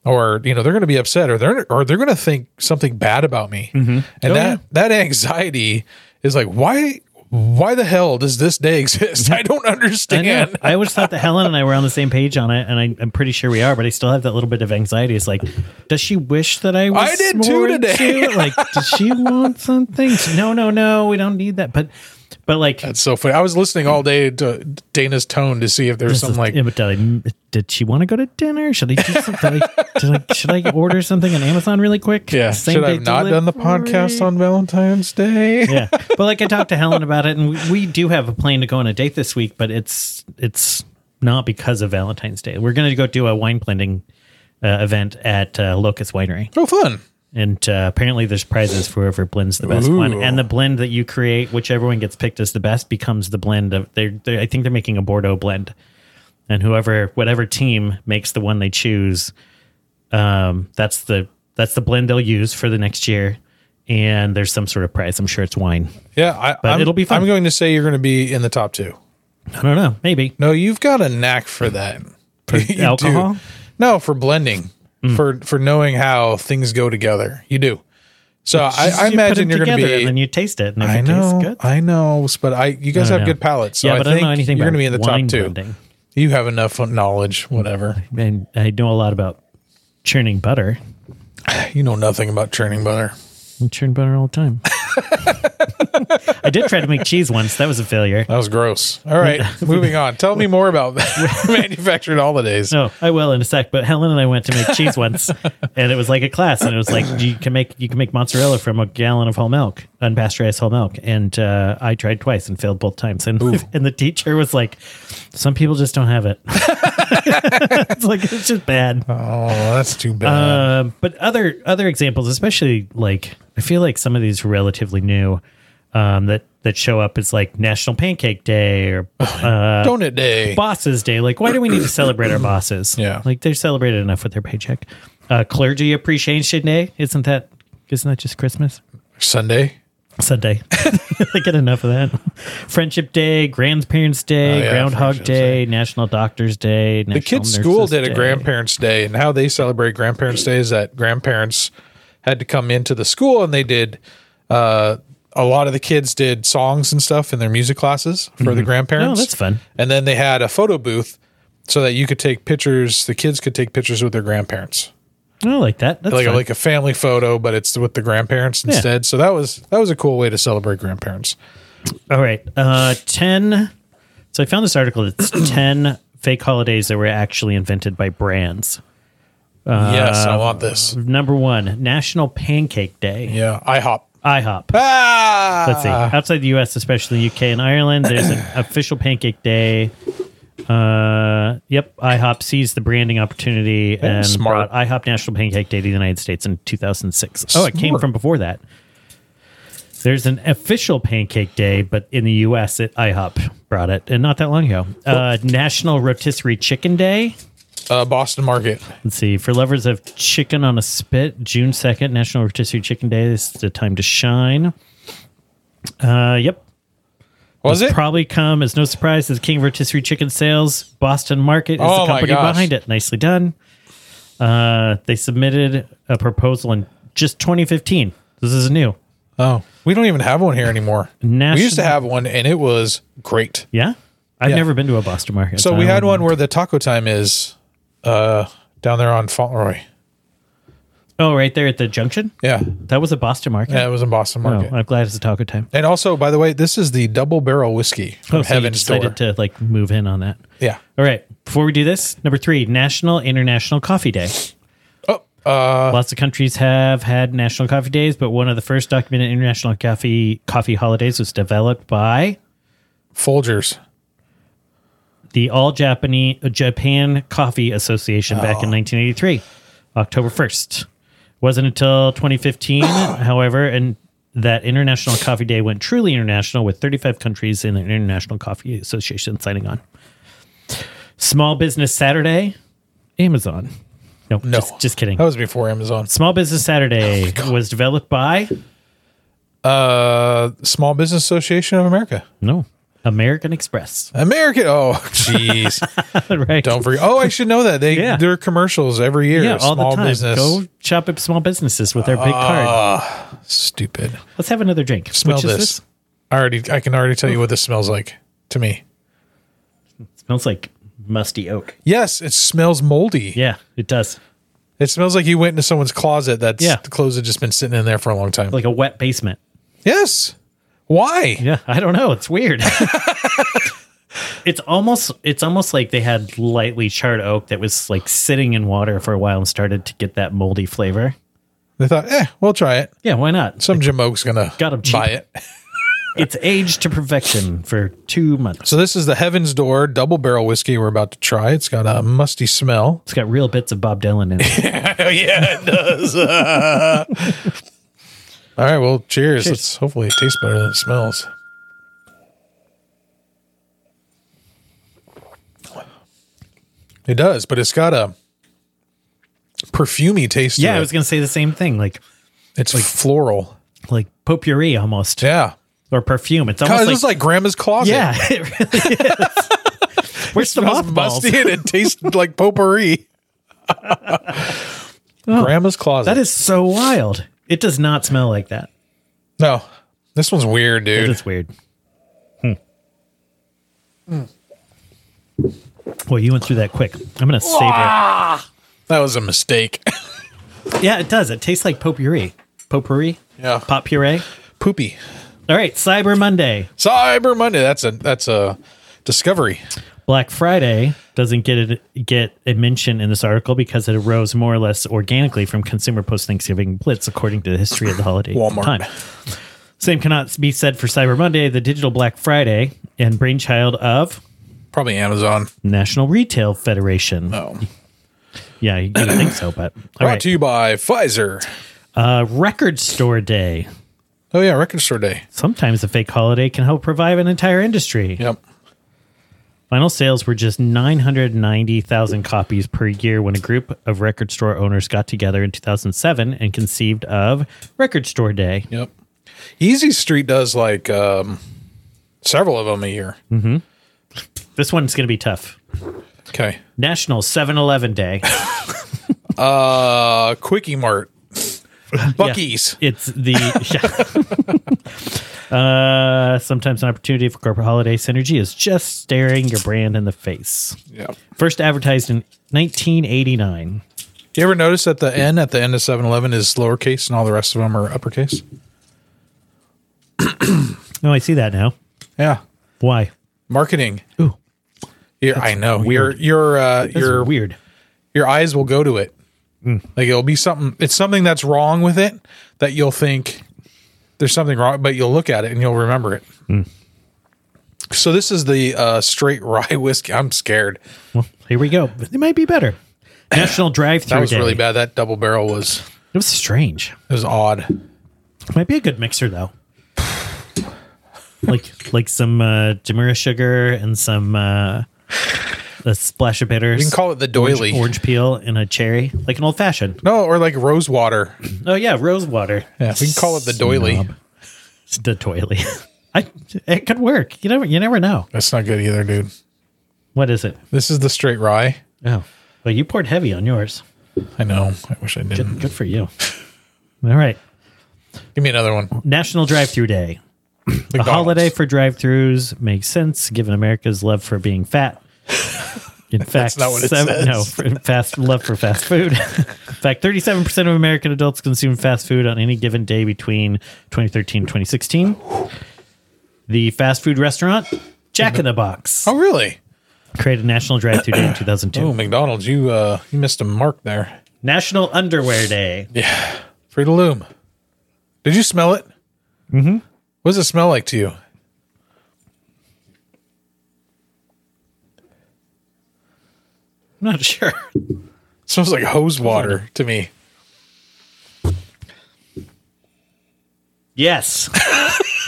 [SPEAKER 2] Or you know they're going to be upset, or they're or they're going to think something bad about me,
[SPEAKER 1] Mm-hmm. Oh,
[SPEAKER 2] and that that anxiety is like why why the hell does this day exist? I don't
[SPEAKER 1] I, know.
[SPEAKER 2] understand.
[SPEAKER 1] I always thought that Helen and I were on the same page on it, and I, I'm pretty sure we are. But I still have that little bit of anxiety. It's like, does she wish that I was?
[SPEAKER 2] I did too
[SPEAKER 1] more
[SPEAKER 2] today.
[SPEAKER 1] into it? Like, does she want something? No, no, no. We don't need that. But, but like,
[SPEAKER 2] That's so funny. I was listening all day to Dana's tone to see if there was something like
[SPEAKER 1] Yeah, but did, I, did she want to go to dinner? Should I do something? did I, did I, should I order something on Amazon really quick?
[SPEAKER 2] Yeah.
[SPEAKER 1] Same
[SPEAKER 2] Should I
[SPEAKER 1] day
[SPEAKER 2] have not done the
[SPEAKER 1] delivery?
[SPEAKER 2] podcast on Valentine's Day?
[SPEAKER 1] yeah, but like I talked to Helen about it, and we, we do have a plan to go on a date this week, but it's it's not because of Valentine's Day. We're going to go do a wine blending uh, event at uh, Locust Winery,
[SPEAKER 2] Oh, fun.
[SPEAKER 1] and uh, apparently there's prizes for whoever blends the best
[SPEAKER 2] Ooh.
[SPEAKER 1] one, and the blend that you create, whichever one gets picked as the best, becomes the blend of. They're, they I think they're making a Bordeaux blend, and whoever whatever team makes the one they choose, um, that's the that's the blend they'll use for the next year. And there's some sort of prize. I'm sure it's wine.
[SPEAKER 2] Yeah. I,
[SPEAKER 1] But
[SPEAKER 2] I'm-
[SPEAKER 1] it'll be fun.
[SPEAKER 2] I'm going to say you're going to be in the top two.
[SPEAKER 1] I don't know. Maybe.
[SPEAKER 2] No, you've got a knack for that. For
[SPEAKER 1] alcohol? Hmm.
[SPEAKER 2] No, for blending, for for knowing how things go together. You do. So I, I
[SPEAKER 1] You
[SPEAKER 2] imagine you're going to
[SPEAKER 1] together and then
[SPEAKER 2] be.
[SPEAKER 1] you taste it, and if
[SPEAKER 2] I
[SPEAKER 1] it
[SPEAKER 2] know,
[SPEAKER 1] tastes good,
[SPEAKER 2] I know, but I you guys
[SPEAKER 1] I don't
[SPEAKER 2] have
[SPEAKER 1] know.
[SPEAKER 2] good palates, so
[SPEAKER 1] yeah,
[SPEAKER 2] I
[SPEAKER 1] but
[SPEAKER 2] think
[SPEAKER 1] I don't know anything.
[SPEAKER 2] you're
[SPEAKER 1] about
[SPEAKER 2] going to be in the top
[SPEAKER 1] wine
[SPEAKER 2] two.
[SPEAKER 1] blending.
[SPEAKER 2] You have enough knowledge, whatever.
[SPEAKER 1] and I know a lot about churning butter.
[SPEAKER 2] You know nothing about churning butter.
[SPEAKER 1] I churn butter all the time. I did try to make cheese once. That was a failure.
[SPEAKER 2] That was gross. All right, moving on. Tell me more about manufactured holidays.
[SPEAKER 1] No, Oh, I will in a sec. But Helen and I went to make cheese once, and it was like a class, and it was like you can make you can make mozzarella from a gallon of whole milk, unpasteurized whole milk. And uh, I tried twice and failed both times. And and the teacher was like, "Some people just don't have it." it's like it's just bad.
[SPEAKER 2] Oh, that's too bad.
[SPEAKER 1] Um, but other other examples, especially like I feel like some of these are relatively new um, that that show up as like National Pancake Day or Uh,
[SPEAKER 2] Donut day.
[SPEAKER 1] Bosses Day. Like, why do we need to celebrate our bosses?
[SPEAKER 2] Yeah.
[SPEAKER 1] like they're celebrated enough with their paycheck. Uh, Clergy Appreciation Day isn't that isn't that just Christmas?
[SPEAKER 2] Sunday.
[SPEAKER 1] Sunday. they get enough of that. Friendship Day, Grandparents Day,
[SPEAKER 2] Oh, yeah,
[SPEAKER 1] Groundhog
[SPEAKER 2] Friendship
[SPEAKER 1] Day, National Doctors Day. National
[SPEAKER 2] The kids' school
[SPEAKER 1] Nurses
[SPEAKER 2] did a
[SPEAKER 1] Day.
[SPEAKER 2] grandparents' day, and how they celebrate grandparents' day is that grandparents had to come into the school and they did. Uh, a lot of the kids did songs and stuff in their music classes for the grandparents.
[SPEAKER 1] Oh, that's fun.
[SPEAKER 2] And then they had a photo booth so that you could take pictures. The kids could take pictures with their grandparents.
[SPEAKER 1] I like that. That's
[SPEAKER 2] like a,
[SPEAKER 1] fun.
[SPEAKER 2] like a family photo, but it's with the grandparents instead. So that was that was a cool way to celebrate grandparents.
[SPEAKER 1] All right. Uh, 10. So I found this article. It's 10 fake holidays that were actually invented by brands.
[SPEAKER 2] yes, I want this.
[SPEAKER 1] Number one, National Pancake Day,
[SPEAKER 2] Um, Yeah, IHOP.
[SPEAKER 1] IHOP.
[SPEAKER 2] Ah,
[SPEAKER 1] Let's see. Outside the US, especially the UK and Ireland, there's an official pancake day. Uh, yep. IHOP seized the branding opportunity and
[SPEAKER 2] smart.
[SPEAKER 1] brought IHOP National Pancake Day to the United States in 2006. Oh, it came
[SPEAKER 2] Smart.
[SPEAKER 1] from before that. There's an official pancake day, but in the U.S., it IHOP brought it, and not that long ago. Uh, National Rotisserie Chicken Day.
[SPEAKER 2] Uh, Boston Market.
[SPEAKER 1] Let's see. For lovers of chicken on a spit, June second, National Rotisserie Chicken Day. This is the time to shine. Uh, yep.
[SPEAKER 2] Was it?
[SPEAKER 1] Probably come as no surprise to the king of rotisserie chicken sales. Boston Market is
[SPEAKER 2] Oh
[SPEAKER 1] the
[SPEAKER 2] my
[SPEAKER 1] company
[SPEAKER 2] gosh.
[SPEAKER 1] behind it. Nicely done. Uh, they submitted a proposal in just 2015. This is new.
[SPEAKER 2] oh, we don't even have one here anymore. we used to
[SPEAKER 1] National-
[SPEAKER 2] have one, and it was great.
[SPEAKER 1] Yeah, I've
[SPEAKER 2] Yeah.
[SPEAKER 1] never been to a Boston Market.
[SPEAKER 2] So we
[SPEAKER 1] I
[SPEAKER 2] had
[SPEAKER 1] don't-
[SPEAKER 2] one where the taco time is uh, down there on Fauntleroy.
[SPEAKER 1] Oh, right there at the junction.
[SPEAKER 2] Yeah,
[SPEAKER 1] That was a Boston Market.
[SPEAKER 2] yeah, it was in Boston
[SPEAKER 1] Oh,
[SPEAKER 2] Market.
[SPEAKER 1] I'm glad it's a taco time.
[SPEAKER 2] and also, by the way, this is the double barrel whiskey from
[SPEAKER 1] Oh, so you
[SPEAKER 2] Heaven's Door.
[SPEAKER 1] decided to like move in on that.
[SPEAKER 2] yeah.
[SPEAKER 1] All right. Before we do this, number three, National International Coffee Day.
[SPEAKER 2] Oh, uh,
[SPEAKER 1] Lots of countries have had national coffee days, but one of the first documented international coffee coffee holidays was developed by
[SPEAKER 2] Folgers.
[SPEAKER 1] the All Japanese uh, Japan Coffee Association back
[SPEAKER 2] Oh.
[SPEAKER 1] in 1983, October 1st. Wasn't until 2015, however, and that International Coffee Day went truly international with 35 countries in the International Coffee Association signing on. Small Business Saturday, Amazon. No,
[SPEAKER 2] No, Oh.
[SPEAKER 1] Just, just kidding.
[SPEAKER 2] That was before Amazon.
[SPEAKER 1] Small Business Saturday was developed by
[SPEAKER 2] Uh, Small Business Association of America.
[SPEAKER 1] no American Express,
[SPEAKER 2] American. Oh, jeez.
[SPEAKER 1] right?
[SPEAKER 2] Don't forget. Oh, I should know that they
[SPEAKER 1] Yeah.
[SPEAKER 2] their commercials every year.
[SPEAKER 1] yeah, all
[SPEAKER 2] small
[SPEAKER 1] the time.
[SPEAKER 2] business. Oh. Ah,
[SPEAKER 1] Go shop at small businesses with their big card.
[SPEAKER 2] Stupid.
[SPEAKER 1] Let's have another drink.
[SPEAKER 2] Smell
[SPEAKER 1] Which
[SPEAKER 2] this.
[SPEAKER 1] is
[SPEAKER 2] I already. I can already tell you what this smells like to me.
[SPEAKER 1] Smells like musty oak.
[SPEAKER 2] Yes, it smells moldy.
[SPEAKER 1] Yeah, it does.
[SPEAKER 2] It smells like you went into someone's closet. That's
[SPEAKER 1] Yeah.
[SPEAKER 2] the clothes had just been sitting in there for a long time.
[SPEAKER 1] Like a wet basement.
[SPEAKER 2] yes. Why?
[SPEAKER 1] Yeah, I don't know. It's weird. it's almost it's almost like they had lightly charred oak that was like sitting in water for a while and started to get that moldy flavor.
[SPEAKER 2] They thought, eh, we'll try it.
[SPEAKER 1] Yeah, why not?
[SPEAKER 2] Some jamoke's gonna
[SPEAKER 1] Got 'em cheap.
[SPEAKER 2] buy it.
[SPEAKER 1] It's aged to perfection for two months.
[SPEAKER 2] So this is the Heaven's Door double barrel whiskey we're about to try. It's got a musty smell.
[SPEAKER 1] It's got real bits of Bob Dylan in it.
[SPEAKER 2] Oh yeah, it does. All right, well, cheers. Let's hopefully it tastes better than it smells. It does, but it's got a perfumey taste. to
[SPEAKER 1] yeah, I
[SPEAKER 2] it.
[SPEAKER 1] was gonna say the same thing. Like
[SPEAKER 2] it's like floral.
[SPEAKER 1] like potpourri almost,
[SPEAKER 2] Yeah,
[SPEAKER 1] or perfume. It's
[SPEAKER 2] God,
[SPEAKER 1] almost
[SPEAKER 2] this
[SPEAKER 1] like,
[SPEAKER 2] is like grandma's closet.
[SPEAKER 1] yeah, it really is. Where's the
[SPEAKER 2] smells
[SPEAKER 1] mothballs?
[SPEAKER 2] musty and it tastes like potpourri. Grandma's closet.
[SPEAKER 1] Oh. That is so wild. It does not smell like that.
[SPEAKER 2] no. This one's weird, dude.
[SPEAKER 1] It's weird. Hmm. Well, you went through that quick. I'm gonna savor it.
[SPEAKER 2] that was a mistake.
[SPEAKER 1] Yeah, it does. It tastes like potpourri. Potpourri.
[SPEAKER 2] Yeah.
[SPEAKER 1] Pot puree.
[SPEAKER 2] Poopy.
[SPEAKER 1] All right, Cyber Monday.
[SPEAKER 2] Cyber Monday. That's a that's a discovery.
[SPEAKER 1] Black Friday doesn't get it, get a mention in this article because it arose more or less organically from consumer post Thanksgiving blitz, according to the history of the holiday.
[SPEAKER 2] Walmart.
[SPEAKER 1] Time. Same cannot be said for Cyber Monday, the digital Black Friday, and brainchild of
[SPEAKER 2] Probably Amazon.
[SPEAKER 1] National Retail Federation.
[SPEAKER 2] Oh.
[SPEAKER 1] Yeah, you gotta think so, but all
[SPEAKER 2] Brought
[SPEAKER 1] right.
[SPEAKER 2] to you by Pfizer.
[SPEAKER 1] Uh, record store day.
[SPEAKER 2] Oh yeah, record store day.
[SPEAKER 1] Sometimes a fake holiday can help revive an entire industry.
[SPEAKER 2] Yep.
[SPEAKER 1] Final sales were just 990,000 copies per year when a group of record store owners got together in 2007 and conceived of Record Store Day.
[SPEAKER 2] Yep. Easy Street does like um, several of them a year.
[SPEAKER 1] This one's going to be tough.
[SPEAKER 2] Okay.
[SPEAKER 1] National 7 Eleven Day.
[SPEAKER 2] Uh, Quickie Mart. Bucky's.
[SPEAKER 1] It's the. yeah. uh, sometimes an opportunity for corporate holiday synergy is just staring your brand in the face.
[SPEAKER 2] Yeah.
[SPEAKER 1] First advertised in 1989.
[SPEAKER 2] You ever notice that the N at the end of 7-Eleven is lowercase and all the rest of them are uppercase?
[SPEAKER 1] No, Oh, I see that now.
[SPEAKER 2] Yeah.
[SPEAKER 1] Why?
[SPEAKER 2] Marketing.
[SPEAKER 1] Ooh,
[SPEAKER 2] You're, I know.
[SPEAKER 1] weird.
[SPEAKER 2] Your your uh,
[SPEAKER 1] that's
[SPEAKER 2] your
[SPEAKER 1] weird.
[SPEAKER 2] your eyes will go to it.
[SPEAKER 1] Hmm.
[SPEAKER 2] Like it'll be something. It's something that's wrong with it that you'll think there's something wrong, but you'll look at it and you'll remember it.
[SPEAKER 1] Hmm.
[SPEAKER 2] So this is the uh, straight rye whiskey. I'm scared.
[SPEAKER 1] Well, here we go. It might be better. National Drive Through
[SPEAKER 2] That was
[SPEAKER 1] Day.
[SPEAKER 2] really bad. That double barrel was
[SPEAKER 1] It was strange.
[SPEAKER 2] it was odd.
[SPEAKER 1] Might be a good mixer though. like like some uh Jamura sugar and some uh a splash of bitters.
[SPEAKER 2] You can call it the doily.
[SPEAKER 1] orange, orange peel and a cherry, like an old fashioned.
[SPEAKER 2] No, or like rose water.
[SPEAKER 1] Oh yeah, rose water.
[SPEAKER 2] Yeah, we can call it the doily.
[SPEAKER 1] Snob. It's the doily. I, it could work. You never you never know.
[SPEAKER 2] That's not good either, dude.
[SPEAKER 1] What is it?
[SPEAKER 2] This is the straight rye.
[SPEAKER 1] Oh. Well, you poured heavy on yours.
[SPEAKER 2] I know. I wish I didn't.
[SPEAKER 1] Good for you. All right.
[SPEAKER 2] Give me another one.
[SPEAKER 1] National Drive Through Day. A
[SPEAKER 2] McDonald's.
[SPEAKER 1] holiday for drive-throughs makes sense given America's love for being fat. In fact,
[SPEAKER 2] not what it
[SPEAKER 1] seven-
[SPEAKER 2] says.
[SPEAKER 1] no, for fast love for fast food. In fact, 37% of American adults consume fast food on any given day between 2013 and 2016. The fast food restaurant Jack in the Box
[SPEAKER 2] Oh really?
[SPEAKER 1] created National Drive-Through Day in 2002.
[SPEAKER 2] Oh McDonald's, you uh you missed a mark there.
[SPEAKER 1] National Underwear Day.
[SPEAKER 2] Free to loom. Did you smell it? Mm-hmm. What does it smell like to you?
[SPEAKER 1] I'm not sure.
[SPEAKER 2] smells like hose water to me.
[SPEAKER 1] Yes,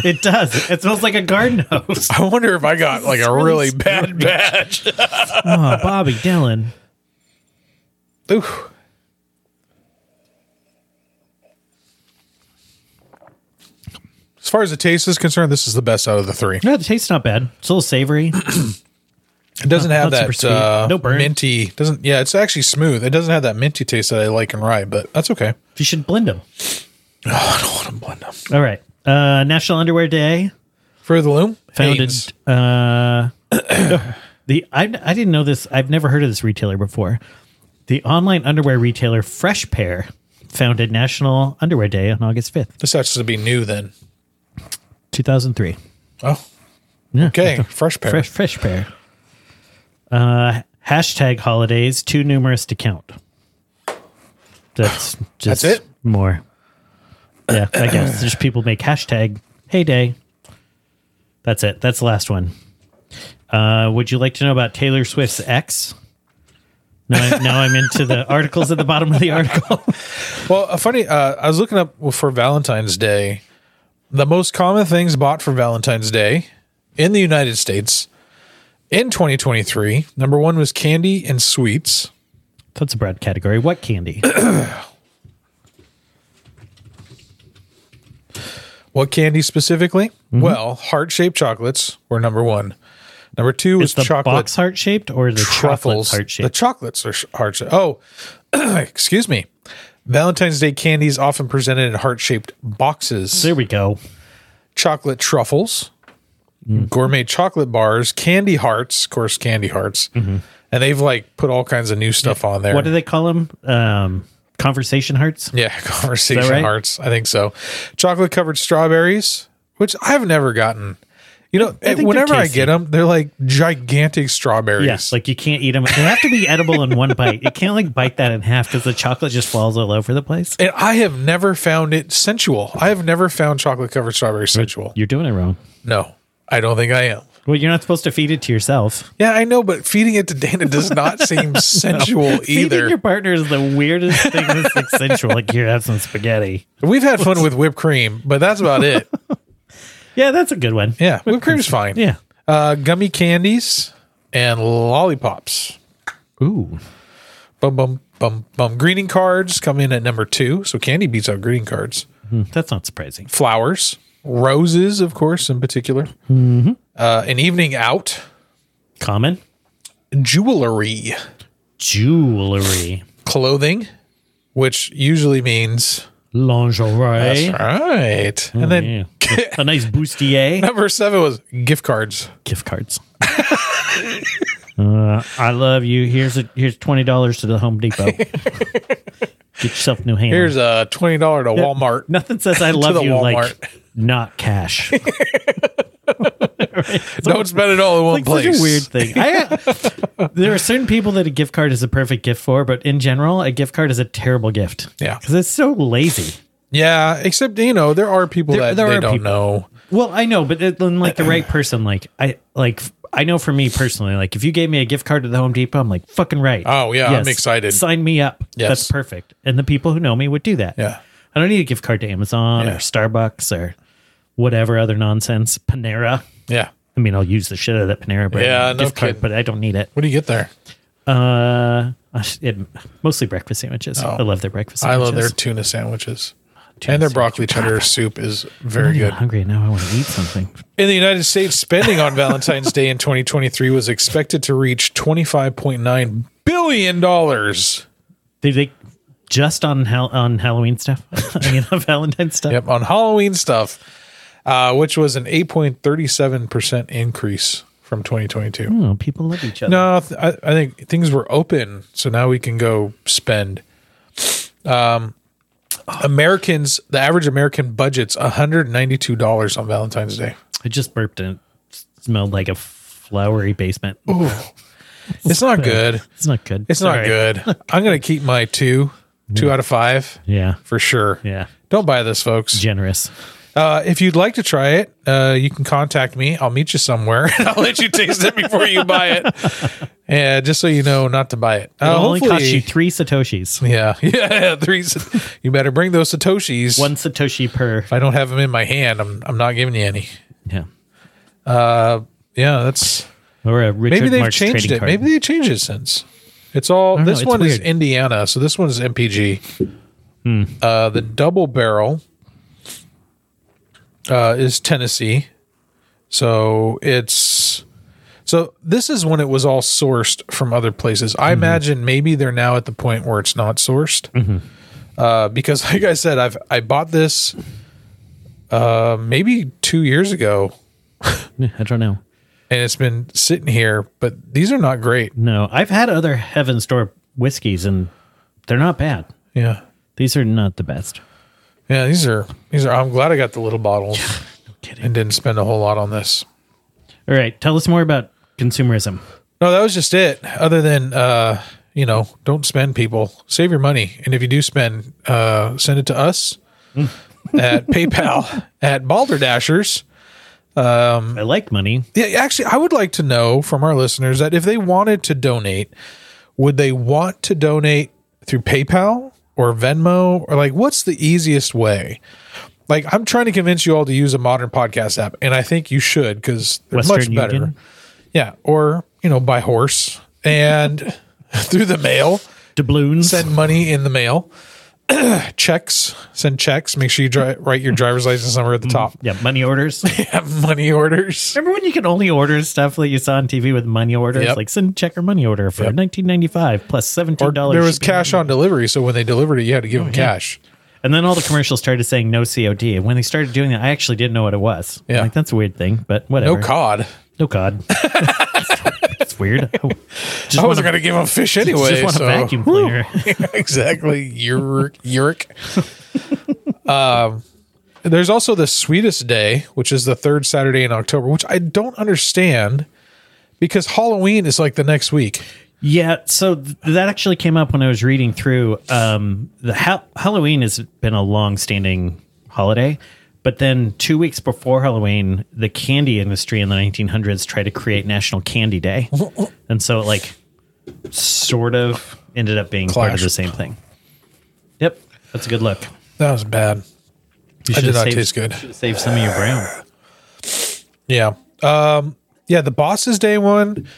[SPEAKER 1] it does. It smells like a garden hose.
[SPEAKER 2] I wonder if I got like a
[SPEAKER 1] really
[SPEAKER 2] really bad batch.
[SPEAKER 1] Oh, Bobby Dylan.
[SPEAKER 2] Ooh. As far as the taste is concerned, this is the best out of the three.
[SPEAKER 1] No, the taste's not bad. It's a little savory.
[SPEAKER 2] It doesn't
[SPEAKER 1] Not-
[SPEAKER 2] have
[SPEAKER 1] not super
[SPEAKER 2] that
[SPEAKER 1] sweet.
[SPEAKER 2] uh,
[SPEAKER 1] No burn.
[SPEAKER 2] minty. Doesn't yeah, it's actually smooth. It doesn't have that minty taste that I like in rye, but that's okay.
[SPEAKER 1] You should blend them.
[SPEAKER 2] Oh, I don't want to blend them.
[SPEAKER 1] All right. Uh, National Underwear Day.
[SPEAKER 2] For the loom,
[SPEAKER 1] founded
[SPEAKER 2] Hanes.
[SPEAKER 1] uh, the I, I didn't know this i've never heard of this retailer before the online underwear retailer fresh pair founded national underwear day on august 5th
[SPEAKER 2] This has to be new then.
[SPEAKER 1] 2003
[SPEAKER 2] Oh,
[SPEAKER 1] Yeah.
[SPEAKER 2] okay. Fresh pair.
[SPEAKER 1] fresh fresh pair uh, hashtag holidays too numerous to count that's just
[SPEAKER 2] That's it?
[SPEAKER 1] more yeah i guess just people make hashtag heyday that's it that's the last one uh, would you like to know about taylor swift's ex now, I, now i'm into the articles at the bottom of the article
[SPEAKER 2] Well, a funny. Uh, I was looking up for Valentine's Day. The most common things bought for Valentine's Day in the United States in 2023. Number one was candy and sweets.
[SPEAKER 1] that's a broad category what candy
[SPEAKER 2] What candy specifically?
[SPEAKER 1] Mm-hmm.
[SPEAKER 2] Well, heart shaped chocolates were number one. Number two
[SPEAKER 1] is
[SPEAKER 2] was
[SPEAKER 1] the
[SPEAKER 2] chocolate
[SPEAKER 1] box heart shaped or the truffles
[SPEAKER 2] truffles.
[SPEAKER 1] heart
[SPEAKER 2] The
[SPEAKER 1] shaped
[SPEAKER 2] chocolates are heart shaped. Oh, excuse me. Valentine's Day candies often presented in heart shaped boxes.
[SPEAKER 1] there we go
[SPEAKER 2] chocolate truffles, gourmet chocolate bars, candy hearts, of course, candy hearts. And they've like put all kinds of new stuff on there.
[SPEAKER 1] what do they call them um, conversation hearts
[SPEAKER 2] yeah, conversation
[SPEAKER 1] right?
[SPEAKER 2] hearts. I think so. Chocolate covered strawberries, which I've never gotten. You know, eh,
[SPEAKER 1] think they're
[SPEAKER 2] whenever I
[SPEAKER 1] tasty.
[SPEAKER 2] get them, they're like gigantic strawberries.
[SPEAKER 1] Yes, like you can't eat them. They have to be edible in one bite. You can't like bite that in half because the chocolate just falls all over the place.
[SPEAKER 2] and I have never found it sensual. I have never found chocolate covered strawberry sensual.
[SPEAKER 1] You're doing it wrong.
[SPEAKER 2] No, I don't think I am.
[SPEAKER 1] Well, you're not supposed to feed it to yourself.
[SPEAKER 2] Yeah, I know, but feeding it to Dana does not seem sensual either.
[SPEAKER 1] Feeding your partner is the weirdest thing that's like sensual. Like here, have some spaghetti.
[SPEAKER 2] We've had fun with whipped cream, but that's about it.
[SPEAKER 1] Yeah, that's a good one.
[SPEAKER 2] Yeah, whipped cream's fine.
[SPEAKER 1] Yeah.
[SPEAKER 2] Uh, gummy candies and lollipops.
[SPEAKER 1] Ooh.
[SPEAKER 2] Bum bum bum bum. Greeting cards come in at number two, so candy beats out greeting cards.
[SPEAKER 1] That's not surprising.
[SPEAKER 2] Flowers, roses, of course, in particular.
[SPEAKER 1] Mm-hmm.
[SPEAKER 2] Uh, an evening out,
[SPEAKER 1] Common
[SPEAKER 2] jewelry,
[SPEAKER 1] jewelry,
[SPEAKER 2] clothing, which usually means
[SPEAKER 1] lingerie,
[SPEAKER 2] right, and then.
[SPEAKER 1] Oh, yeah. a nice bustier,
[SPEAKER 2] Number seven was gift cards.
[SPEAKER 1] gift cards. Uh, I love you. Here's a here's twenty dollars to the Home Depot. Get yourself a new hand.
[SPEAKER 2] Here's a twenty dollar to Walmart.
[SPEAKER 1] Nothing says I love
[SPEAKER 2] the
[SPEAKER 1] you like
[SPEAKER 2] Walmart. Oh,
[SPEAKER 1] not cash. It's
[SPEAKER 2] Don't spend it all in one
[SPEAKER 1] like
[SPEAKER 2] place.
[SPEAKER 1] such a weird thing. I, uh, there are certain people that a gift card is a perfect gift for, but in general, a gift card is a terrible gift.
[SPEAKER 2] Yeah.
[SPEAKER 1] because it's so lazy.
[SPEAKER 2] Yeah, except you know there are people
[SPEAKER 1] There-
[SPEAKER 2] that
[SPEAKER 1] there
[SPEAKER 2] they
[SPEAKER 1] are
[SPEAKER 2] don't
[SPEAKER 1] people.
[SPEAKER 2] know.
[SPEAKER 1] Well, I know, but it, then like the right person, like I like I know for me personally, like if you gave me a gift card to the Home Depot, I'm like fucking right.
[SPEAKER 2] Oh, yeah, I'm excited.
[SPEAKER 1] Sign me up.
[SPEAKER 2] Yes.
[SPEAKER 1] That's perfect. And the people who know me would do that.
[SPEAKER 2] Yeah.
[SPEAKER 1] I don't need a gift card to Amazon
[SPEAKER 2] Yeah.
[SPEAKER 1] or Starbucks or whatever other nonsense. Panera.
[SPEAKER 2] Yeah.
[SPEAKER 1] I mean, I'll use the shit out of that Panera brand
[SPEAKER 2] Yeah, no
[SPEAKER 1] gift card,
[SPEAKER 2] kidding.
[SPEAKER 1] but I don't need it.
[SPEAKER 2] What do you get there?
[SPEAKER 1] Uh, it, mostly breakfast sandwiches. I love their breakfast.
[SPEAKER 2] Oh. I
[SPEAKER 1] sandwiches.
[SPEAKER 2] love their tuna sandwiches. and their broccoli cheddar soup is very
[SPEAKER 1] I'm
[SPEAKER 2] good.
[SPEAKER 1] hungry now. I want to eat something.
[SPEAKER 2] In the United States, spending on Valentine's Day in 2023 was expected to reach 25.9 billion dollars.
[SPEAKER 1] They, they just on Hal- on Halloween stuff. I mean, on Valentine's stuff.
[SPEAKER 2] Yep, on Halloween stuff, uh, which was an 8.37 percent increase from 2022.
[SPEAKER 1] Oh, people love each other.
[SPEAKER 2] No, th- I, I think things were open, so now we can go spend. Um, Americans, the average American budget's one hundred ninety-two dollars on Valentine's Day.
[SPEAKER 1] I just burped and it smelled like a flowery basement.
[SPEAKER 2] It's not good.
[SPEAKER 1] It's not good.
[SPEAKER 2] It's not
[SPEAKER 1] Sorry.
[SPEAKER 2] good. I'm gonna keep my two, two out of five
[SPEAKER 1] Yeah.
[SPEAKER 2] for sure.
[SPEAKER 1] Yeah.
[SPEAKER 2] Don't buy this, folks.
[SPEAKER 1] Generous.
[SPEAKER 2] Uh, if you'd like to try it, uh, you can contact me. I'll meet you somewhere and I'll let you taste it before you buy it. Yeah, just so you know not to buy it. Uh,
[SPEAKER 1] It'll only cost
[SPEAKER 2] hopefully-
[SPEAKER 1] you three satoshis.
[SPEAKER 2] Yeah, yeah. Three. sat- You better bring those satoshis.
[SPEAKER 1] One satoshi per.
[SPEAKER 2] If I don't have them in my hand, I'm I'm not giving you any.
[SPEAKER 1] Yeah.
[SPEAKER 2] Yeah, that's
[SPEAKER 1] Or a Richard
[SPEAKER 2] maybe they've
[SPEAKER 1] Marx
[SPEAKER 2] changed
[SPEAKER 1] trading
[SPEAKER 2] it.
[SPEAKER 1] card.
[SPEAKER 2] Maybe they changed it since. It's all
[SPEAKER 1] don't know,
[SPEAKER 2] this
[SPEAKER 1] it's
[SPEAKER 2] one is
[SPEAKER 1] weird. Hmm.
[SPEAKER 2] Indiana, so this one is MPG. Uh, the double barrel uh, is Tennessee, so it's so this is when it was all sourced from other places.
[SPEAKER 1] Mm-hmm.
[SPEAKER 2] I imagine maybe they're now at the point where it's not sourced,
[SPEAKER 1] Mm-hmm.
[SPEAKER 2] uh, because like I said, I've I bought this uh, maybe two years ago,
[SPEAKER 1] I don't know.
[SPEAKER 2] and it's been sitting here, but these are not great.
[SPEAKER 1] No, I've had other Heaven's Door whiskeys and they're not bad.
[SPEAKER 2] Yeah.
[SPEAKER 1] These are not the best.
[SPEAKER 2] Yeah, these are these are. I'm glad I got the little bottles and didn't spend a whole lot on this.
[SPEAKER 1] All right, tell us more about consumerism.
[SPEAKER 2] No, that was just it. Other than uh, you know, don't spend people. Save your money, and if you do spend, uh, send it to us at PayPal at Balderdashers.
[SPEAKER 1] I like money.
[SPEAKER 2] Yeah, actually, I would like to know from our listeners that if they wanted to donate, would they want to donate through PayPal or Venmo or like what's the easiest way? Like, I'm trying to convince you all to use a modern podcast app, and I think you should because they're
[SPEAKER 1] Western
[SPEAKER 2] much better.
[SPEAKER 1] Union?
[SPEAKER 2] Yeah, or you know, by horse and through the mail,
[SPEAKER 1] Doubloons.
[SPEAKER 2] send money in the mail, checks, send checks. Make sure you dri- write your driver's license number at
[SPEAKER 1] Mm.
[SPEAKER 2] the top.
[SPEAKER 1] yeah, money orders.
[SPEAKER 2] Have money orders.
[SPEAKER 1] Remember when you could only order stuff that you saw on TV with money orders?
[SPEAKER 2] Yep.
[SPEAKER 1] Like send check or money order for
[SPEAKER 2] Yep.
[SPEAKER 1] 1995 plus
[SPEAKER 2] Or
[SPEAKER 1] $17.
[SPEAKER 2] there was
[SPEAKER 1] shipping.
[SPEAKER 2] cash on delivery, so when they delivered it, you had to give
[SPEAKER 1] Oh,
[SPEAKER 2] them cash.
[SPEAKER 1] And then all the commercials started saying no COD. And when they started doing that, I actually didn't know what it was.
[SPEAKER 2] Yeah.
[SPEAKER 1] Like, that's a weird thing, but whatever.
[SPEAKER 2] No cod.
[SPEAKER 1] No cod. It's weird. I Just
[SPEAKER 2] I
[SPEAKER 1] want
[SPEAKER 2] wasn't
[SPEAKER 1] to
[SPEAKER 2] going to give them fish anyway.
[SPEAKER 1] just want
[SPEAKER 2] so-
[SPEAKER 1] a vacuum cleaner.
[SPEAKER 2] exactly. Uric. Uric. um, there's also the sweetest day, which is the third Saturday in October, which I don't understand because Halloween is like the next week.
[SPEAKER 1] Yeah, so th- that actually came up when I was reading through. Um, the ha- Halloween has been a long-standing holiday, but then two weeks before Halloween, the candy industry in the 1900s tried to create National Candy Day, and so it like sort of ended up being part of
[SPEAKER 2] Clash.
[SPEAKER 1] the same thing. Yep, that's a good look.
[SPEAKER 2] That was bad.
[SPEAKER 1] You
[SPEAKER 2] That did
[SPEAKER 1] should've
[SPEAKER 2] not
[SPEAKER 1] saved-
[SPEAKER 2] taste good.
[SPEAKER 1] should've saved some of your brown.
[SPEAKER 2] Yeah. Um, yeah, the boss's day one.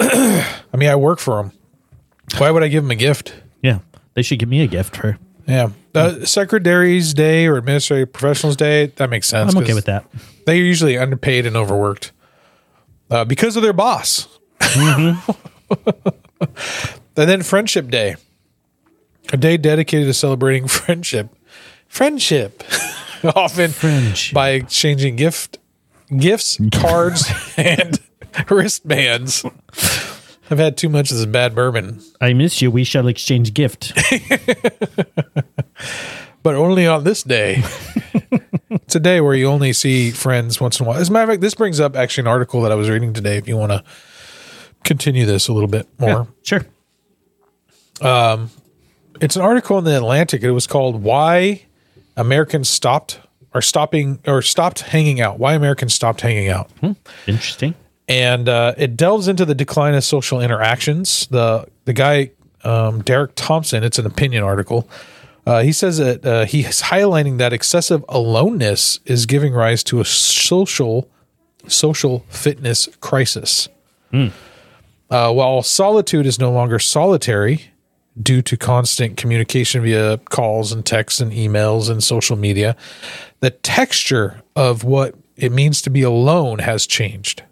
[SPEAKER 2] I mean, I work for him. Why would I give him a gift?
[SPEAKER 1] Yeah, they should give me a gift for.
[SPEAKER 2] Yeah. Uh, Secretary's Day or Administrative Professionals Day, that makes sense.
[SPEAKER 1] I'm okay
[SPEAKER 2] 'cause
[SPEAKER 1] with that.
[SPEAKER 2] They're usually underpaid and overworked uh, because of their boss.
[SPEAKER 1] Mm-hmm.
[SPEAKER 2] and then Friendship Day, a day dedicated to celebrating friendship. Friendship, often
[SPEAKER 1] Friendship.
[SPEAKER 2] by exchanging gift gifts, cards, and wristbands. I've had too much of this bad bourbon,
[SPEAKER 1] I miss you. We shall exchange gift.
[SPEAKER 2] but only on this day. it's a day where you only see friends once in a while. As a matter of fact, this brings up actually an article that I was reading today. If you want to continue this a little bit more,
[SPEAKER 1] sure.
[SPEAKER 2] it's an article in the Atlantic. It was called "Why Americans Stopped or Stopping or Stopped Hanging Out." Why Americans Stopped Hanging Out.
[SPEAKER 1] Interesting.
[SPEAKER 2] and uh, it delves into the decline of social interactions. The the guy um, Derek Thompson, it's an opinion article. Uh, he says that uh, he is highlighting that excessive aloneness is giving rise to a social social fitness crisis. Uh, while solitude is no longer solitary due to constant communication via calls and texts and emails and social media, the texture of what it means to be alone has changed.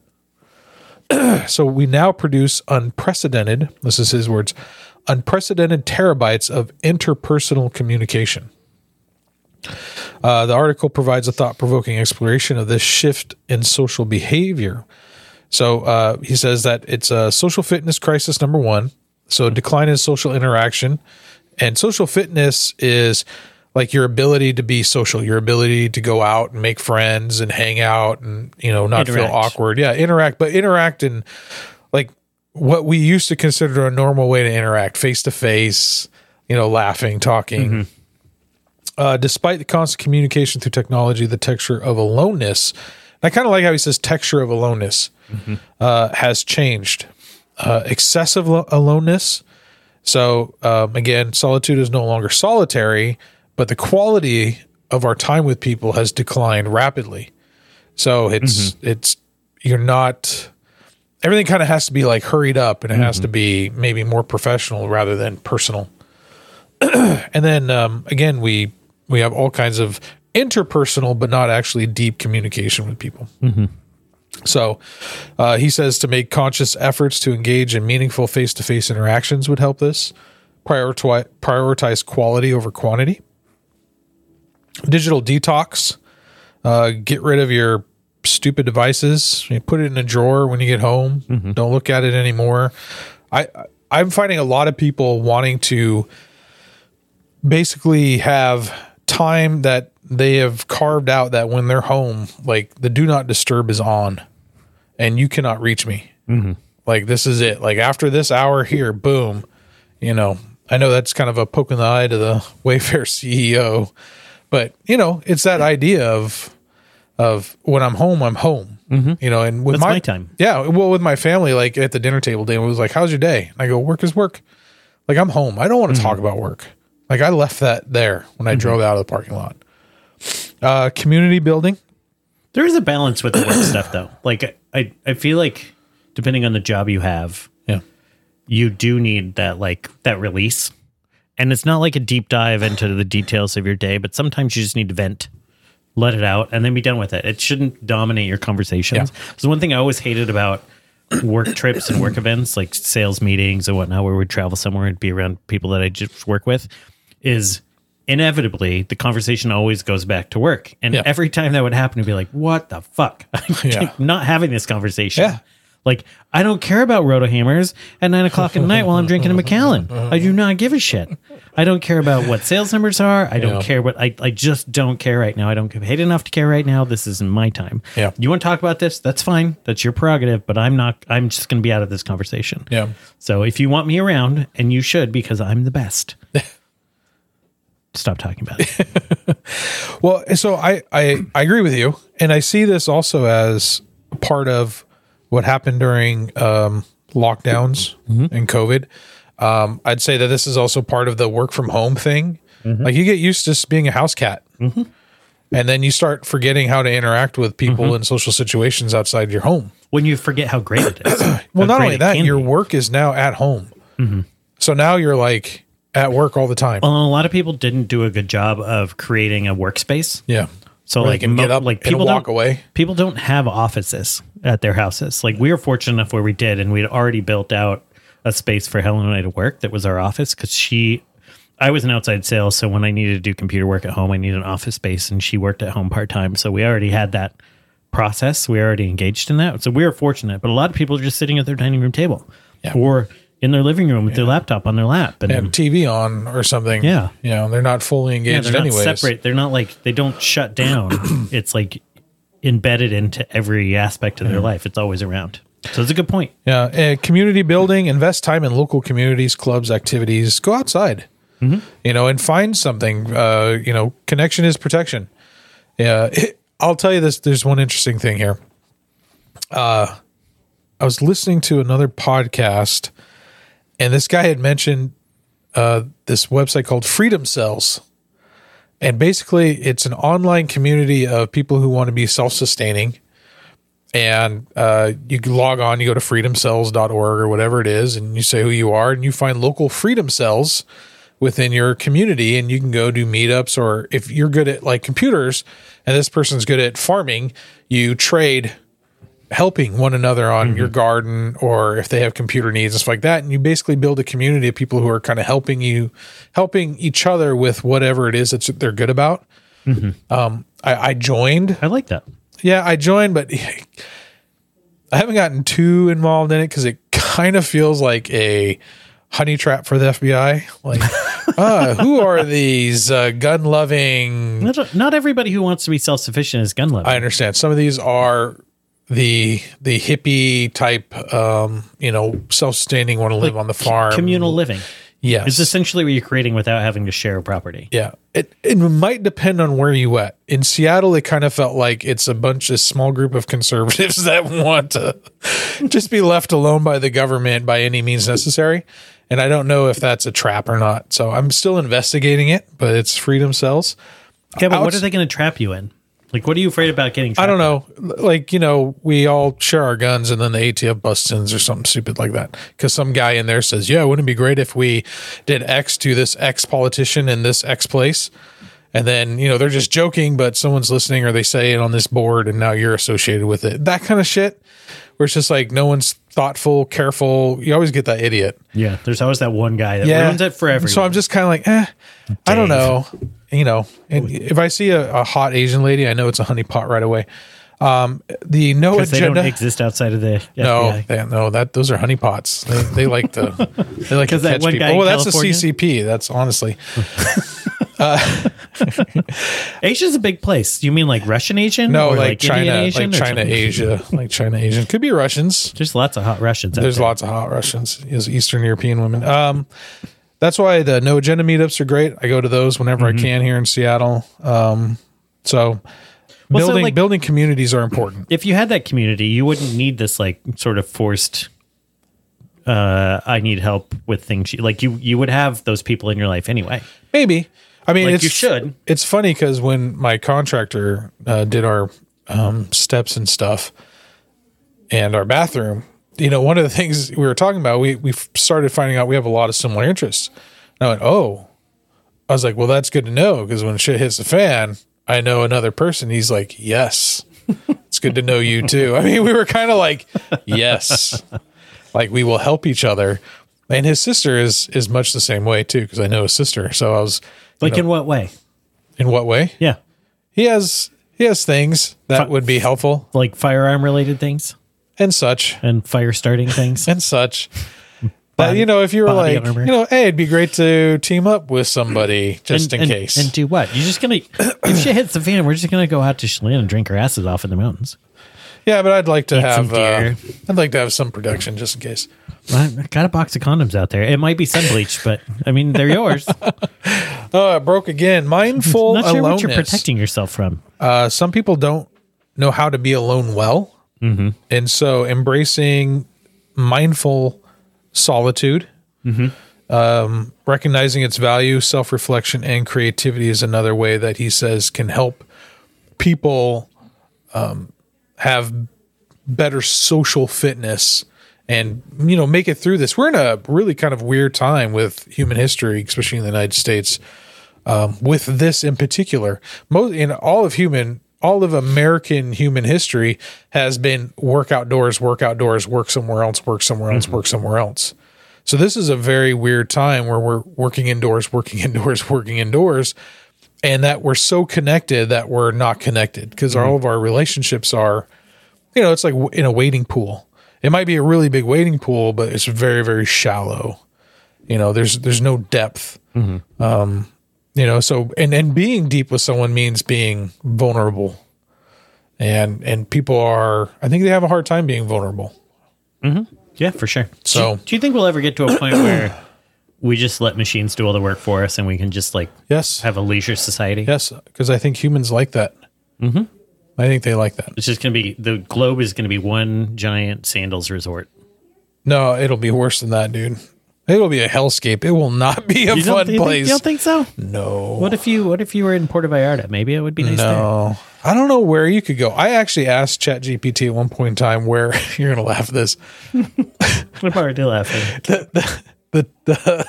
[SPEAKER 2] So we now produce unprecedented, this is his words, unprecedented terabytes of interpersonal communication. Uh, the article provides a thought provoking exploration of this shift in social behavior. So uh, he says that it's a social fitness crisis, number one. So decline in social interaction. And social fitness is like your ability to be social, your ability to go out and make friends and hang out and, you know, not feel
[SPEAKER 1] Interact.
[SPEAKER 2] awkward. Yeah, interact, but interact in like what we used to consider a normal way to interact face to face, you know, laughing, talking. Uh, despite the constant communication through technology, the texture of aloneness, and I kind of like how he says texture of aloneness, uh, has changed. Uh, excessive lo- aloneness. So, um, again, solitude is no longer solitary, but the quality of our time with people has declined rapidly. So it's, it's, you're not, everything kind of has to be like hurried up and it has to be maybe more professional rather than personal. and then um, again, we we have all kinds of interpersonal but not actually deep communication with people. So uh, he says to make conscious efforts to engage in meaningful face to face interactions would help this. Prioritize, prioritize quality over quantity. Digital detox. Uh, get rid of your stupid devices. You put it in a drawer when you get home. Don't look at it anymore. I I- I'm finding a lot of people wanting to basically have time that they have carved out that when they're home, like the do not disturb is on and you cannot reach me. Like this is it. Like after this hour here, boom, you know, I know that's kind of a poke in the eye to the Wayfair CEO, but you know, it's that idea of, of when I'm home, I'm home, you know, and with
[SPEAKER 1] That's
[SPEAKER 2] my,
[SPEAKER 1] my time.
[SPEAKER 2] Yeah. Well, with my family, like at the dinner table, Dave was like, how's your day? And I go, work is work. Like I'm home. I don't want to talk about work. Like I left that there when I drove out of the parking lot. Uh, community building.
[SPEAKER 1] There is a balance with the work stuff, though. Like I, I feel like depending on the job you have,
[SPEAKER 2] Yeah.
[SPEAKER 1] you do need that like that release. And it's not like a deep dive into the details of your day, but sometimes you just need to vent, let it out, and then be done with it. It shouldn't dominate your conversations.
[SPEAKER 2] Yeah.
[SPEAKER 1] So one thing I always hated about work trips and work events, like sales meetings and whatnot, where we'd travel somewhere and be around people that I just work with, is inevitably the conversation always goes back to work. And
[SPEAKER 2] Yeah.
[SPEAKER 1] every time that would happen, to be like, "What the fuck? I'm
[SPEAKER 2] Yeah.
[SPEAKER 1] not having this conversation."
[SPEAKER 2] Yeah.
[SPEAKER 1] Like, I don't care about rotohammers at nine o'clock at night while I'm drinking a Macallan. I do not give a shit. I don't care about what sales numbers are. I don't
[SPEAKER 2] Yeah.
[SPEAKER 1] care what I, I just don't care right now. I don't get paid enough to care right now. This isn't my time.
[SPEAKER 2] Yeah.
[SPEAKER 1] You want to talk about this? That's fine. That's your prerogative, but I'm not, I'm just going to be out of this conversation.
[SPEAKER 2] Yeah.
[SPEAKER 1] So if you want me around, and you should because I'm the best, stop talking about it.
[SPEAKER 2] Well, so I, I I agree with you, and I see this also as part of what happened during um, lockdowns and COVID. Um, I'd say that this is also part of the work from home thing. Like you get used to just being a house cat, and then you start forgetting how to interact with people in social situations outside your home.
[SPEAKER 1] when you forget how great it is. how
[SPEAKER 2] Well, not
[SPEAKER 1] great
[SPEAKER 2] only Mm-hmm.
[SPEAKER 1] it
[SPEAKER 2] that,
[SPEAKER 1] can
[SPEAKER 2] your
[SPEAKER 1] be.
[SPEAKER 2] work is now at home, so now you're like at work all the time.
[SPEAKER 1] Well, a lot of people didn't do a good job of creating a workspace.
[SPEAKER 2] yeah,
[SPEAKER 1] So
[SPEAKER 2] Where they
[SPEAKER 1] like,
[SPEAKER 2] can
[SPEAKER 1] mo-
[SPEAKER 2] get up
[SPEAKER 1] like
[SPEAKER 2] and
[SPEAKER 1] people
[SPEAKER 2] walk
[SPEAKER 1] don't-
[SPEAKER 2] away.
[SPEAKER 1] People don't have offices at their houses. Like we were fortunate enough where we did, and we'd already built out a space for Helen and I to work that was our office because she, I was an outside sales, so when I needed to do computer work at home, I needed an office space, and she worked at home part time. So we already had that process. We already engaged in that, so we were fortunate. But a lot of people are just sitting at their dining room table
[SPEAKER 2] Yeah.
[SPEAKER 1] or in their living room with their laptop on their lap, and
[SPEAKER 2] They have TV on or something.
[SPEAKER 1] Yeah.
[SPEAKER 2] you know they're not fully
[SPEAKER 1] yeah,
[SPEAKER 2] engaged.
[SPEAKER 1] they're not
[SPEAKER 2] anyways.
[SPEAKER 1] separate. They're not like they don't shut down. it's like embedded into every aspect of their life. It's always around. So it's a good point.
[SPEAKER 2] Yeah, uh, community building. Invest time in local communities, clubs, activities. Go outside, you know, and find something. Uh, you know, connection is protection. Yeah, I'll tell you this. There's one interesting thing here. Uh, I was listening to another podcast, and this guy had mentioned uh, this website called Freedom Cells, and basically, it's an online community of people who want to be self-sustaining and uh, you can log on, you go to freedomcells.org or whatever it is, and you say who you are, and you find local freedom cells within your community, and you can go do meetups, or if you're good at like computers, and this person's good at farming, you trade helping one another on your garden or if they have computer needs and stuff like that and you basically build a community of people who are kind of helping you helping each other with whatever it is that they're good about um, I, I joined
[SPEAKER 1] I like that.
[SPEAKER 2] yeah, I joined, but I haven't gotten too involved in it because it kind of feels like a honey trap for the FBI. Like, uh, who are these uh, gun loving?
[SPEAKER 1] Not, not everybody who wants to be self sufficient is gun loving.
[SPEAKER 2] I understand some of these are the the hippie type, um, you know, self sustaining, want to live on the farm,
[SPEAKER 1] Communal living.
[SPEAKER 2] Yes.
[SPEAKER 1] It's essentially what you're creating without having to share a property.
[SPEAKER 2] Yeah. It it might depend on where you at. In Seattle, it kind of felt like it's a bunch of small group of conservatives that want to just be left alone by the government by any means necessary. And I don't know if that's a trap or not. So I'm still investigating it, but it's freedom cells.
[SPEAKER 1] Yeah, but what
[SPEAKER 2] Outs-
[SPEAKER 1] are they going to trap you in? Like, what are you afraid about getting? Trapped
[SPEAKER 2] I don't know. Like, you know, we all share our guns and then the ATF busts in or something stupid like that. Because some guy in there says, yeah, wouldn't it be great if we did X to this X politician in this X place? And then, you know, they're just joking, but someone's listening or they say it on this board and now you're associated with it. That kind of shit. Where it's just like no one's thoughtful, careful. You always get that idiot.
[SPEAKER 1] in? Yeah, there's always that one guy that
[SPEAKER 2] Yeah.
[SPEAKER 1] ruins it for everyone.
[SPEAKER 2] So I'm just kind of like, eh, I don't
[SPEAKER 1] Dave.
[SPEAKER 2] know. You know, and if I see a, a hot Asian lady, I know it's a honeypot right away. Um, the no
[SPEAKER 1] because they
[SPEAKER 2] agenda.
[SPEAKER 1] don't exist outside of the
[SPEAKER 2] No,
[SPEAKER 1] FBI.
[SPEAKER 2] they, no, that those are honeypots. They, they like to they like to
[SPEAKER 1] 'Cause that
[SPEAKER 2] catch
[SPEAKER 1] one
[SPEAKER 2] people.
[SPEAKER 1] guy in
[SPEAKER 2] well, that's
[SPEAKER 1] California-
[SPEAKER 2] a CCP. That's honestly,
[SPEAKER 1] Asia's a big place. You mean like Russian Asian?
[SPEAKER 2] no,
[SPEAKER 1] Or,
[SPEAKER 2] like,
[SPEAKER 1] Indian
[SPEAKER 2] China,
[SPEAKER 1] Asian
[SPEAKER 2] like
[SPEAKER 1] or
[SPEAKER 2] China,
[SPEAKER 1] something?
[SPEAKER 2] Asia, like China, Asian. Could be Russians.
[SPEAKER 1] There's lots of hot Russians. out
[SPEAKER 2] There's
[SPEAKER 1] there.
[SPEAKER 2] lots of hot Russians, is Eastern European women. Um, that's why the no agenda meetups are great. I go to those whenever
[SPEAKER 1] Mm-hmm.
[SPEAKER 2] I can here in Seattle. Um, so
[SPEAKER 1] Well, so,
[SPEAKER 2] building
[SPEAKER 1] like-
[SPEAKER 2] building communities are important.
[SPEAKER 1] If you had that community, you wouldn't need this like sort of forced. Uh, I need help with things. you- Like you, you would have those people in your life anyway.
[SPEAKER 2] Maybe. I mean,
[SPEAKER 1] Like
[SPEAKER 2] it's,
[SPEAKER 1] you should.
[SPEAKER 2] It's funny because when my contractor uh, did our um, steps and stuff, and our bathroom, you know, one of the things we were talking about, we we started finding out we have a lot of similar interests. And I went, oh, I was like, well, that's good to know because when shit hits the fan, I know another person. He's like, yes, it's good to know you too. I mean, we were kind of like, yes, like we will help each other. And his sister is is much the same way too because I know his sister. So I was
[SPEAKER 1] Like in what way?
[SPEAKER 2] in what way?
[SPEAKER 1] Yeah,
[SPEAKER 2] He has he has things that would be helpful
[SPEAKER 1] like firearm related things
[SPEAKER 2] and such.
[SPEAKER 1] and fire starting things.
[SPEAKER 2] and such. That, you know, if you were
[SPEAKER 1] body
[SPEAKER 2] like,
[SPEAKER 1] armor.
[SPEAKER 2] you know, hey, it'd be great to team up with somebody just in
[SPEAKER 1] and,
[SPEAKER 2] case.
[SPEAKER 1] And do what? You're just gonna if shit hits the fan, we're just gonna go out to Chelan and drink our asses off in the mountains.
[SPEAKER 2] yeah, but I'd like to
[SPEAKER 1] some
[SPEAKER 2] have, uh,
[SPEAKER 1] deer.
[SPEAKER 2] I'd like to have some production just in case.
[SPEAKER 1] I I got a box of condoms out there. It might be sun bleach, but I mean they're yours.
[SPEAKER 2] Oh, I broke again. Mindful
[SPEAKER 1] Not sure what
[SPEAKER 2] aloneness.
[SPEAKER 1] you're protecting yourself from.
[SPEAKER 2] uh, some people don't know how to be alone well, and so embracing mindful solitude, um, recognizing its value, self reflection, and creativity is another way that he says can help people um, have better social fitness and you know make it through this. We're in a really kind of weird time with human history, especially in the United States with this in particular. Most in all of human, all of American human history has been work outdoors, work outdoors, work somewhere else, work somewhere else, work somewhere else. So this is a very weird time where we're working indoors, working indoors, working indoors, and that we're so connected that we're not connected because all of our relationships are, you know, it's like w- in a wading pool. It might be a really big wading pool, but it's very, very shallow. You know, there's there's no depth you know so and and being deep with someone means being vulnerable and and people are i think they have a hard time being vulnerable
[SPEAKER 1] Yeah, for sure.
[SPEAKER 2] So-
[SPEAKER 1] do, do you think we'll ever get to a point where we just let machines do all the work for us and we can just like
[SPEAKER 2] yes
[SPEAKER 1] have a leisure society?
[SPEAKER 2] yes because i think humans like that mm-hmm. i think they like that
[SPEAKER 1] It's just gonna be the globe is gonna be one giant sandals resort.
[SPEAKER 2] no it'll be worse than that dude it'll be a hellscape it will not be a
[SPEAKER 1] You don't,
[SPEAKER 2] fun
[SPEAKER 1] you think-
[SPEAKER 2] place
[SPEAKER 1] you don't think so?
[SPEAKER 2] no
[SPEAKER 1] What if you what if you were in Puerto Vallarta? Maybe it would be nice there.
[SPEAKER 2] No, I don't know where you could go. I actually asked ChatGPT at one point in time where you're gonna laugh at this.
[SPEAKER 1] What about do laughing?
[SPEAKER 2] the the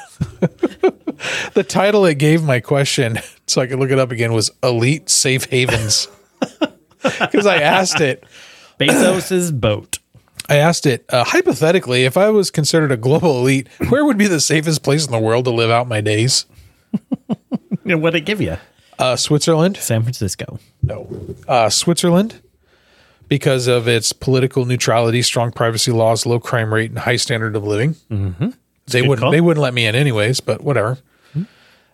[SPEAKER 2] the title it gave my question so I could look it up again was Elite Safe Havens. Because I asked it,
[SPEAKER 1] Bezos's boat.
[SPEAKER 2] I asked it uh, hypothetically, if I was considered a global elite, where would be the safest place in the world to live out my days?
[SPEAKER 1] And what'd it give you?
[SPEAKER 2] Uh, Switzerland?
[SPEAKER 1] San Francisco.
[SPEAKER 2] No. Uh, Switzerland, because of its political neutrality, strong privacy laws, low crime rate, and high standard of living. Mm-hmm. They
[SPEAKER 1] good
[SPEAKER 2] wouldn't.
[SPEAKER 1] call. Mm-hmm.
[SPEAKER 2] They wouldn't let me in anyways, but whatever.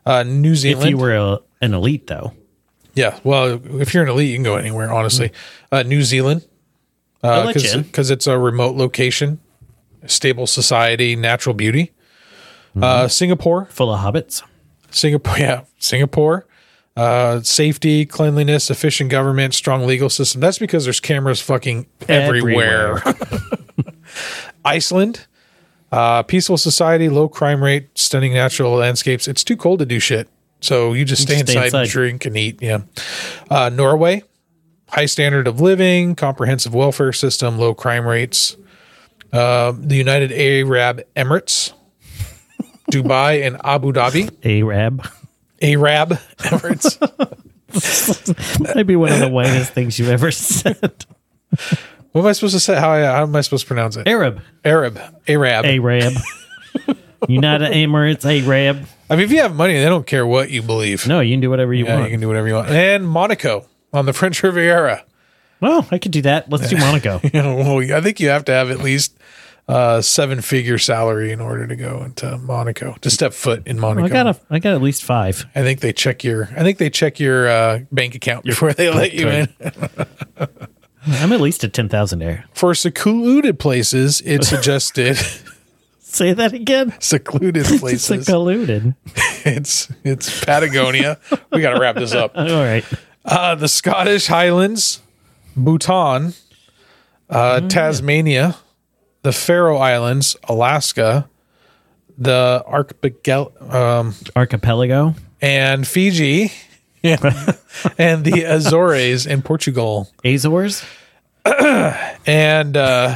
[SPEAKER 2] Uh, New Zealand.
[SPEAKER 1] If you were a, an elite though.
[SPEAKER 2] Yeah. Well, if you're an elite, you can go anywhere, honestly. Uh, New Zealand,
[SPEAKER 1] Mm-hmm.
[SPEAKER 2] uh,
[SPEAKER 1] I'll let you in.
[SPEAKER 2] because it's a remote location, stable society, natural beauty.
[SPEAKER 1] Mm-hmm.
[SPEAKER 2] Uh, Singapore,
[SPEAKER 1] full of hobbits.
[SPEAKER 2] Singapore, yeah, Singapore. Uh, safety, cleanliness, efficient government, strong legal system. That's because there's cameras fucking everywhere. Iceland, uh, peaceful society, low crime rate, stunning natural landscapes. It's too cold to do shit, so you just stay,
[SPEAKER 1] just stay
[SPEAKER 2] inside, and
[SPEAKER 1] inside.
[SPEAKER 2] drink and eat. Yeah, uh, Norway, high standard of living, comprehensive welfare system, low crime rates. Uh, the United Arab Emirates, Dubai, and Abu Dhabi.
[SPEAKER 1] Arab.
[SPEAKER 2] Arab Emirates.
[SPEAKER 1] That'd be one of the whitest things you've ever said.
[SPEAKER 2] what am I supposed to say? How, I, how am I supposed to pronounce it?
[SPEAKER 1] Arab.
[SPEAKER 2] Arab. Arab. I
[SPEAKER 1] Arab. United Emirates Arab.
[SPEAKER 2] mean, if you have money, they don't care what you believe.
[SPEAKER 1] No, you can do whatever you
[SPEAKER 2] Yeah,
[SPEAKER 1] want.
[SPEAKER 2] you can do whatever you want. And Monaco on the French Riviera.
[SPEAKER 1] Well, I could do that. Let's do Monaco.
[SPEAKER 2] You know, well, I think you have to have at least uh, seven figure salary in order to go into Monaco to step foot in Monaco.
[SPEAKER 1] I got a, I got at least five.
[SPEAKER 2] I think they check your. I think they check your uh, bank account before they let you in.
[SPEAKER 1] I'm at least a ten thousand air.
[SPEAKER 2] For secluded places, it suggested
[SPEAKER 1] Say that again.
[SPEAKER 2] secluded
[SPEAKER 1] It's
[SPEAKER 2] places.
[SPEAKER 1] colluded.
[SPEAKER 2] it's it's Patagonia. we got to wrap this up.
[SPEAKER 1] All right.
[SPEAKER 2] Uh, the Scottish Highlands, Bhutan, uh, Tasmania, the Faroe Islands, Alaska, the archipelago, um,
[SPEAKER 1] Archipelago.
[SPEAKER 2] and Fiji, yeah. and the Azores and Portugal,
[SPEAKER 1] Azores.
[SPEAKER 2] and uh,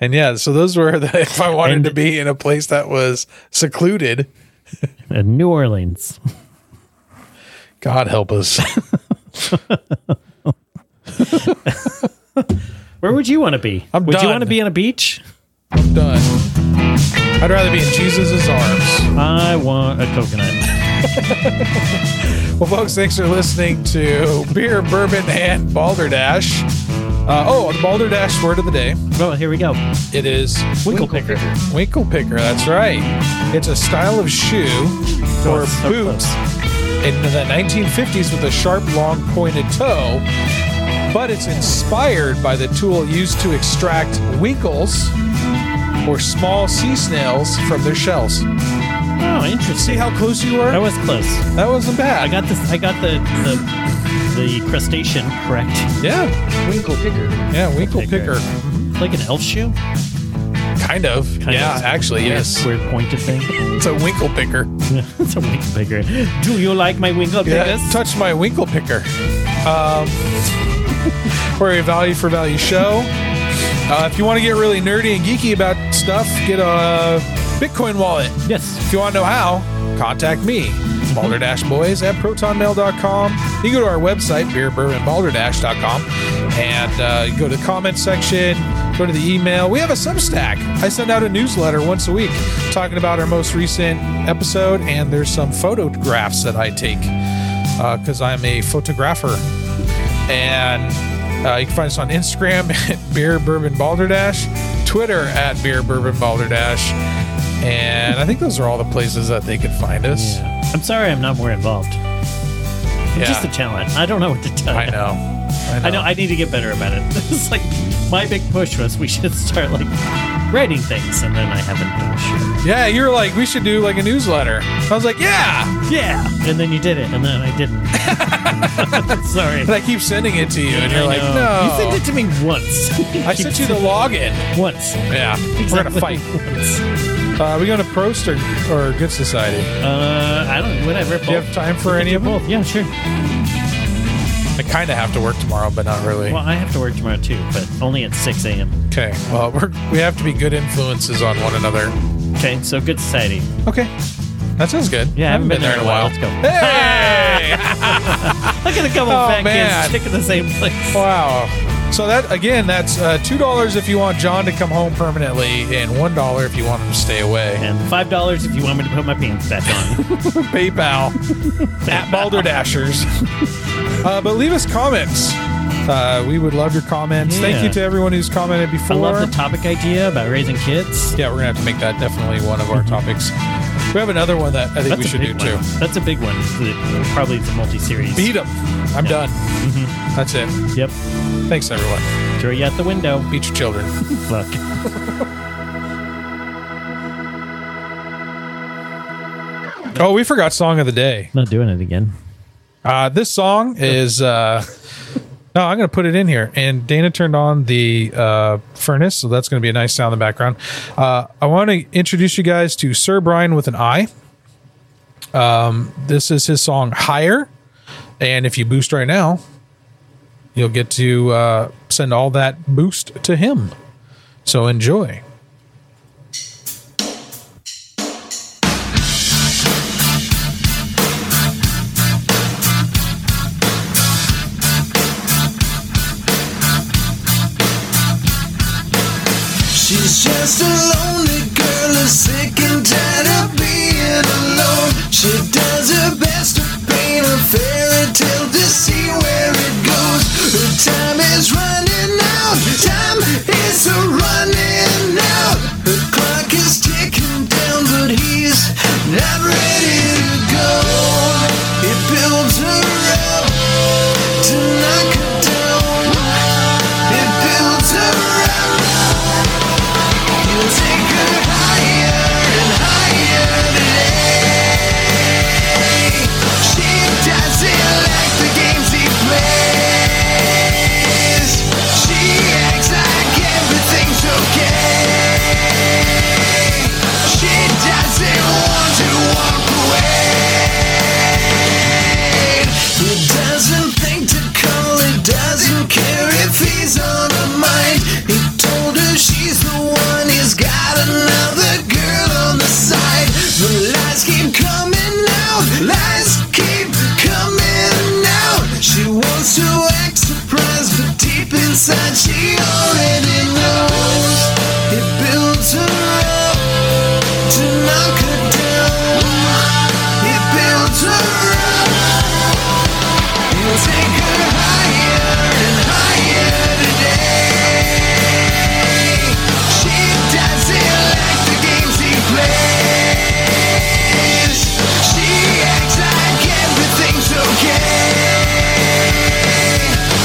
[SPEAKER 2] and yeah. So those were the if I wanted
[SPEAKER 1] And-
[SPEAKER 2] to be in a place that was secluded.
[SPEAKER 1] And New Orleans.
[SPEAKER 2] God help us.
[SPEAKER 1] Where would you want to be?
[SPEAKER 2] I'm
[SPEAKER 1] would you
[SPEAKER 2] done.
[SPEAKER 1] want to be on a beach?
[SPEAKER 2] Done. I'd rather be in Jesus' arms.
[SPEAKER 1] I want a coconut.
[SPEAKER 2] Well, folks, thanks for listening to Beer, Bourbon, and Balderdash. Uh, oh, the Balderdash word of the day.
[SPEAKER 1] Well, here we go.
[SPEAKER 2] It is
[SPEAKER 1] Winkle picker.
[SPEAKER 2] winkle picker. That's right. It's a style of shoe or
[SPEAKER 1] it's so
[SPEAKER 2] boot in the 1950s with a sharp, long, pointed toe. But it's inspired by the tool used to extract winkles or small sea snails from their shells.
[SPEAKER 1] Oh,
[SPEAKER 2] See
[SPEAKER 1] interesting.
[SPEAKER 2] how close you
[SPEAKER 1] That
[SPEAKER 2] were?
[SPEAKER 1] was close.
[SPEAKER 2] That wasn't bad.
[SPEAKER 1] I got this. I got the the, the crustacean correct.
[SPEAKER 2] yeah, winkle picker. Yeah, winkle
[SPEAKER 1] Picker.
[SPEAKER 2] picker.
[SPEAKER 1] Like an elf shoe.
[SPEAKER 2] Kind of.
[SPEAKER 1] Kind
[SPEAKER 2] yeah,
[SPEAKER 1] of.
[SPEAKER 2] actually,
[SPEAKER 1] Weird-
[SPEAKER 2] yes.
[SPEAKER 1] Weird pointed thing.
[SPEAKER 2] It's a winkle picker.
[SPEAKER 1] it's a winkle picker. Do you like my winkle
[SPEAKER 2] Yeah,
[SPEAKER 1] pickers?
[SPEAKER 2] touch my winkle picker. Um, we're a value for value show. Uh, if you want to get really nerdy and geeky about stuff, get a Bitcoin wallet.
[SPEAKER 1] yes.
[SPEAKER 2] If you want to know how, contact me, balderboys at protonmail.com. You can go to our website, beerbourbonbalderdash.com, and uh, you go to the comment section, go to the email. We have a Substack. I send out a newsletter once a week talking about our most recent episode, and there's some photographs that I take because uh, I'm a photographer. And uh, you can find us on Instagram at Beer Bourbon Balderdash, Twitter at Beer Bourbon Balderdash, and I think those are all the places that they could find us.
[SPEAKER 1] Yeah. I'm sorry I'm not more involved. I'm just a
[SPEAKER 2] Yeah.
[SPEAKER 1] talent. I don't know what to tell
[SPEAKER 2] I
[SPEAKER 1] you.
[SPEAKER 2] know. I know.
[SPEAKER 1] I know. I need to get better about it. it's like my big push was we should start like writing things, and then I haven't done shit.
[SPEAKER 2] yeah, you were like, we should do like a newsletter. I was like, yeah.
[SPEAKER 1] Yeah, and then you did it, and then I didn't. Sorry.
[SPEAKER 2] And I keep sending it to you, and you're
[SPEAKER 1] I
[SPEAKER 2] like,
[SPEAKER 1] know.
[SPEAKER 2] no.
[SPEAKER 1] You sent it to me once.
[SPEAKER 2] I sent you the login.
[SPEAKER 1] once.
[SPEAKER 2] Yeah, we're gonna
[SPEAKER 1] Exactly
[SPEAKER 2] fight.
[SPEAKER 1] once.
[SPEAKER 2] Uh, are we going to Prost or, or Good Society?
[SPEAKER 1] Uh, I don't. Whatever.
[SPEAKER 2] Do you have time for any of them?
[SPEAKER 1] both? Yeah, sure.
[SPEAKER 2] I kind of have to work tomorrow, but not really.
[SPEAKER 1] Well, I have to work tomorrow too, but only at 6 a.m.
[SPEAKER 2] Okay. Well, we're, we have to be good influences on one another.
[SPEAKER 1] Okay, so good society.
[SPEAKER 2] Okay. That sounds good.
[SPEAKER 1] Yeah, I haven't been there in a while. Let's go.
[SPEAKER 2] Hey!
[SPEAKER 1] Look at a couple
[SPEAKER 2] Oh,
[SPEAKER 1] of fat
[SPEAKER 2] man.
[SPEAKER 1] kids stick in the same place.
[SPEAKER 2] wow. So that again, that's uh, two dollars if you want John to come home permanently, and one dollar if you want him to stay away.
[SPEAKER 1] And five dollars if you want me to put my pants back on.
[SPEAKER 2] PayPal at Balderdashers. uh, but leave us comments. Uh, we would love your comments. Thank
[SPEAKER 1] Yeah.
[SPEAKER 2] you to everyone who's commented
[SPEAKER 1] I
[SPEAKER 2] before.
[SPEAKER 1] love the topic idea about raising kids.
[SPEAKER 2] yeah, we're gonna have to make that definitely one of our topics. We have another one that I think
[SPEAKER 1] That's
[SPEAKER 2] we
[SPEAKER 1] a
[SPEAKER 2] should do
[SPEAKER 1] big one.
[SPEAKER 2] too.
[SPEAKER 1] That's a big one. The- Probably the multi-series.
[SPEAKER 2] Beat 'em. I'm done. That's it.
[SPEAKER 1] Yep.
[SPEAKER 2] Thanks, everyone.
[SPEAKER 1] Throw you out the window.
[SPEAKER 2] Beat your children.
[SPEAKER 1] Fuck.
[SPEAKER 2] Oh, we forgot song of the day.
[SPEAKER 1] Not doing it again.
[SPEAKER 2] Uh, this song is. Uh, no, I'm going to put it in here. And Dana turned on the uh, furnace, so that's going to be a nice sound in the background. Uh, I want to introduce you guys to Sir Brian with an I. Um, this is his song Higher. And if you boost right now, you'll get to uh, send all that boost to him. So enjoy.
[SPEAKER 6] She's just a lonely girl who's sick and tired of being alone. She does her best to paint a fairy tale to see where it goes. Her time is running out. Time is a running out. Her clock is ticking down, but he's not ready to go. It builds her up to knock her down. It builds her up. We'll take her higher and higher today. She doesn't like the games he plays. She acts like everything's okay. She doesn't want to walk away. He doesn't think to call. He doesn't care if he's on her mind. He told her she's the one. He's got another girl on the side. The lies keep coming out. Lies keep coming out. She wants to act surprised, but deep inside she already knows. It builds her up to knock her down. It builds her up. We'll take her higher and higher today. She doesn't like the games he plays. She acts like everything's okay.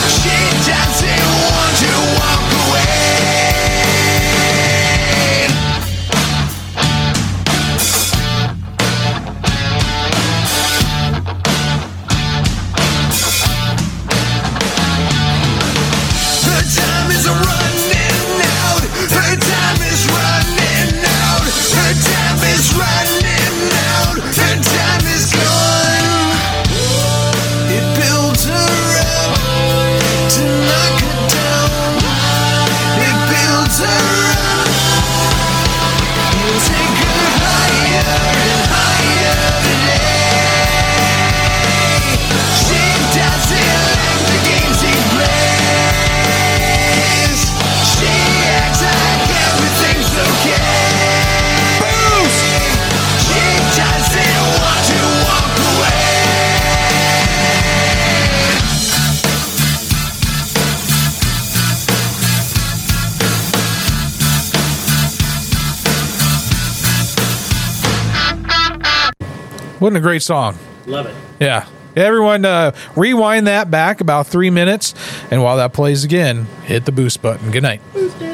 [SPEAKER 6] She doesn't want to walk away. Her time is running out. Her time is running out. Her time is running out. Her time is gone. It builds her up to knock her down. It builds her up. You'll take her higher and higher today. She doesn't like the games he plays. She acts like everything's okay. She doesn't want to walk away.
[SPEAKER 2] Wasn't a great song.
[SPEAKER 1] Love it.
[SPEAKER 2] Yeah. Everyone, uh, rewind that back about three minutes. And while that plays again, hit the boost button. Good night.
[SPEAKER 5] Booster.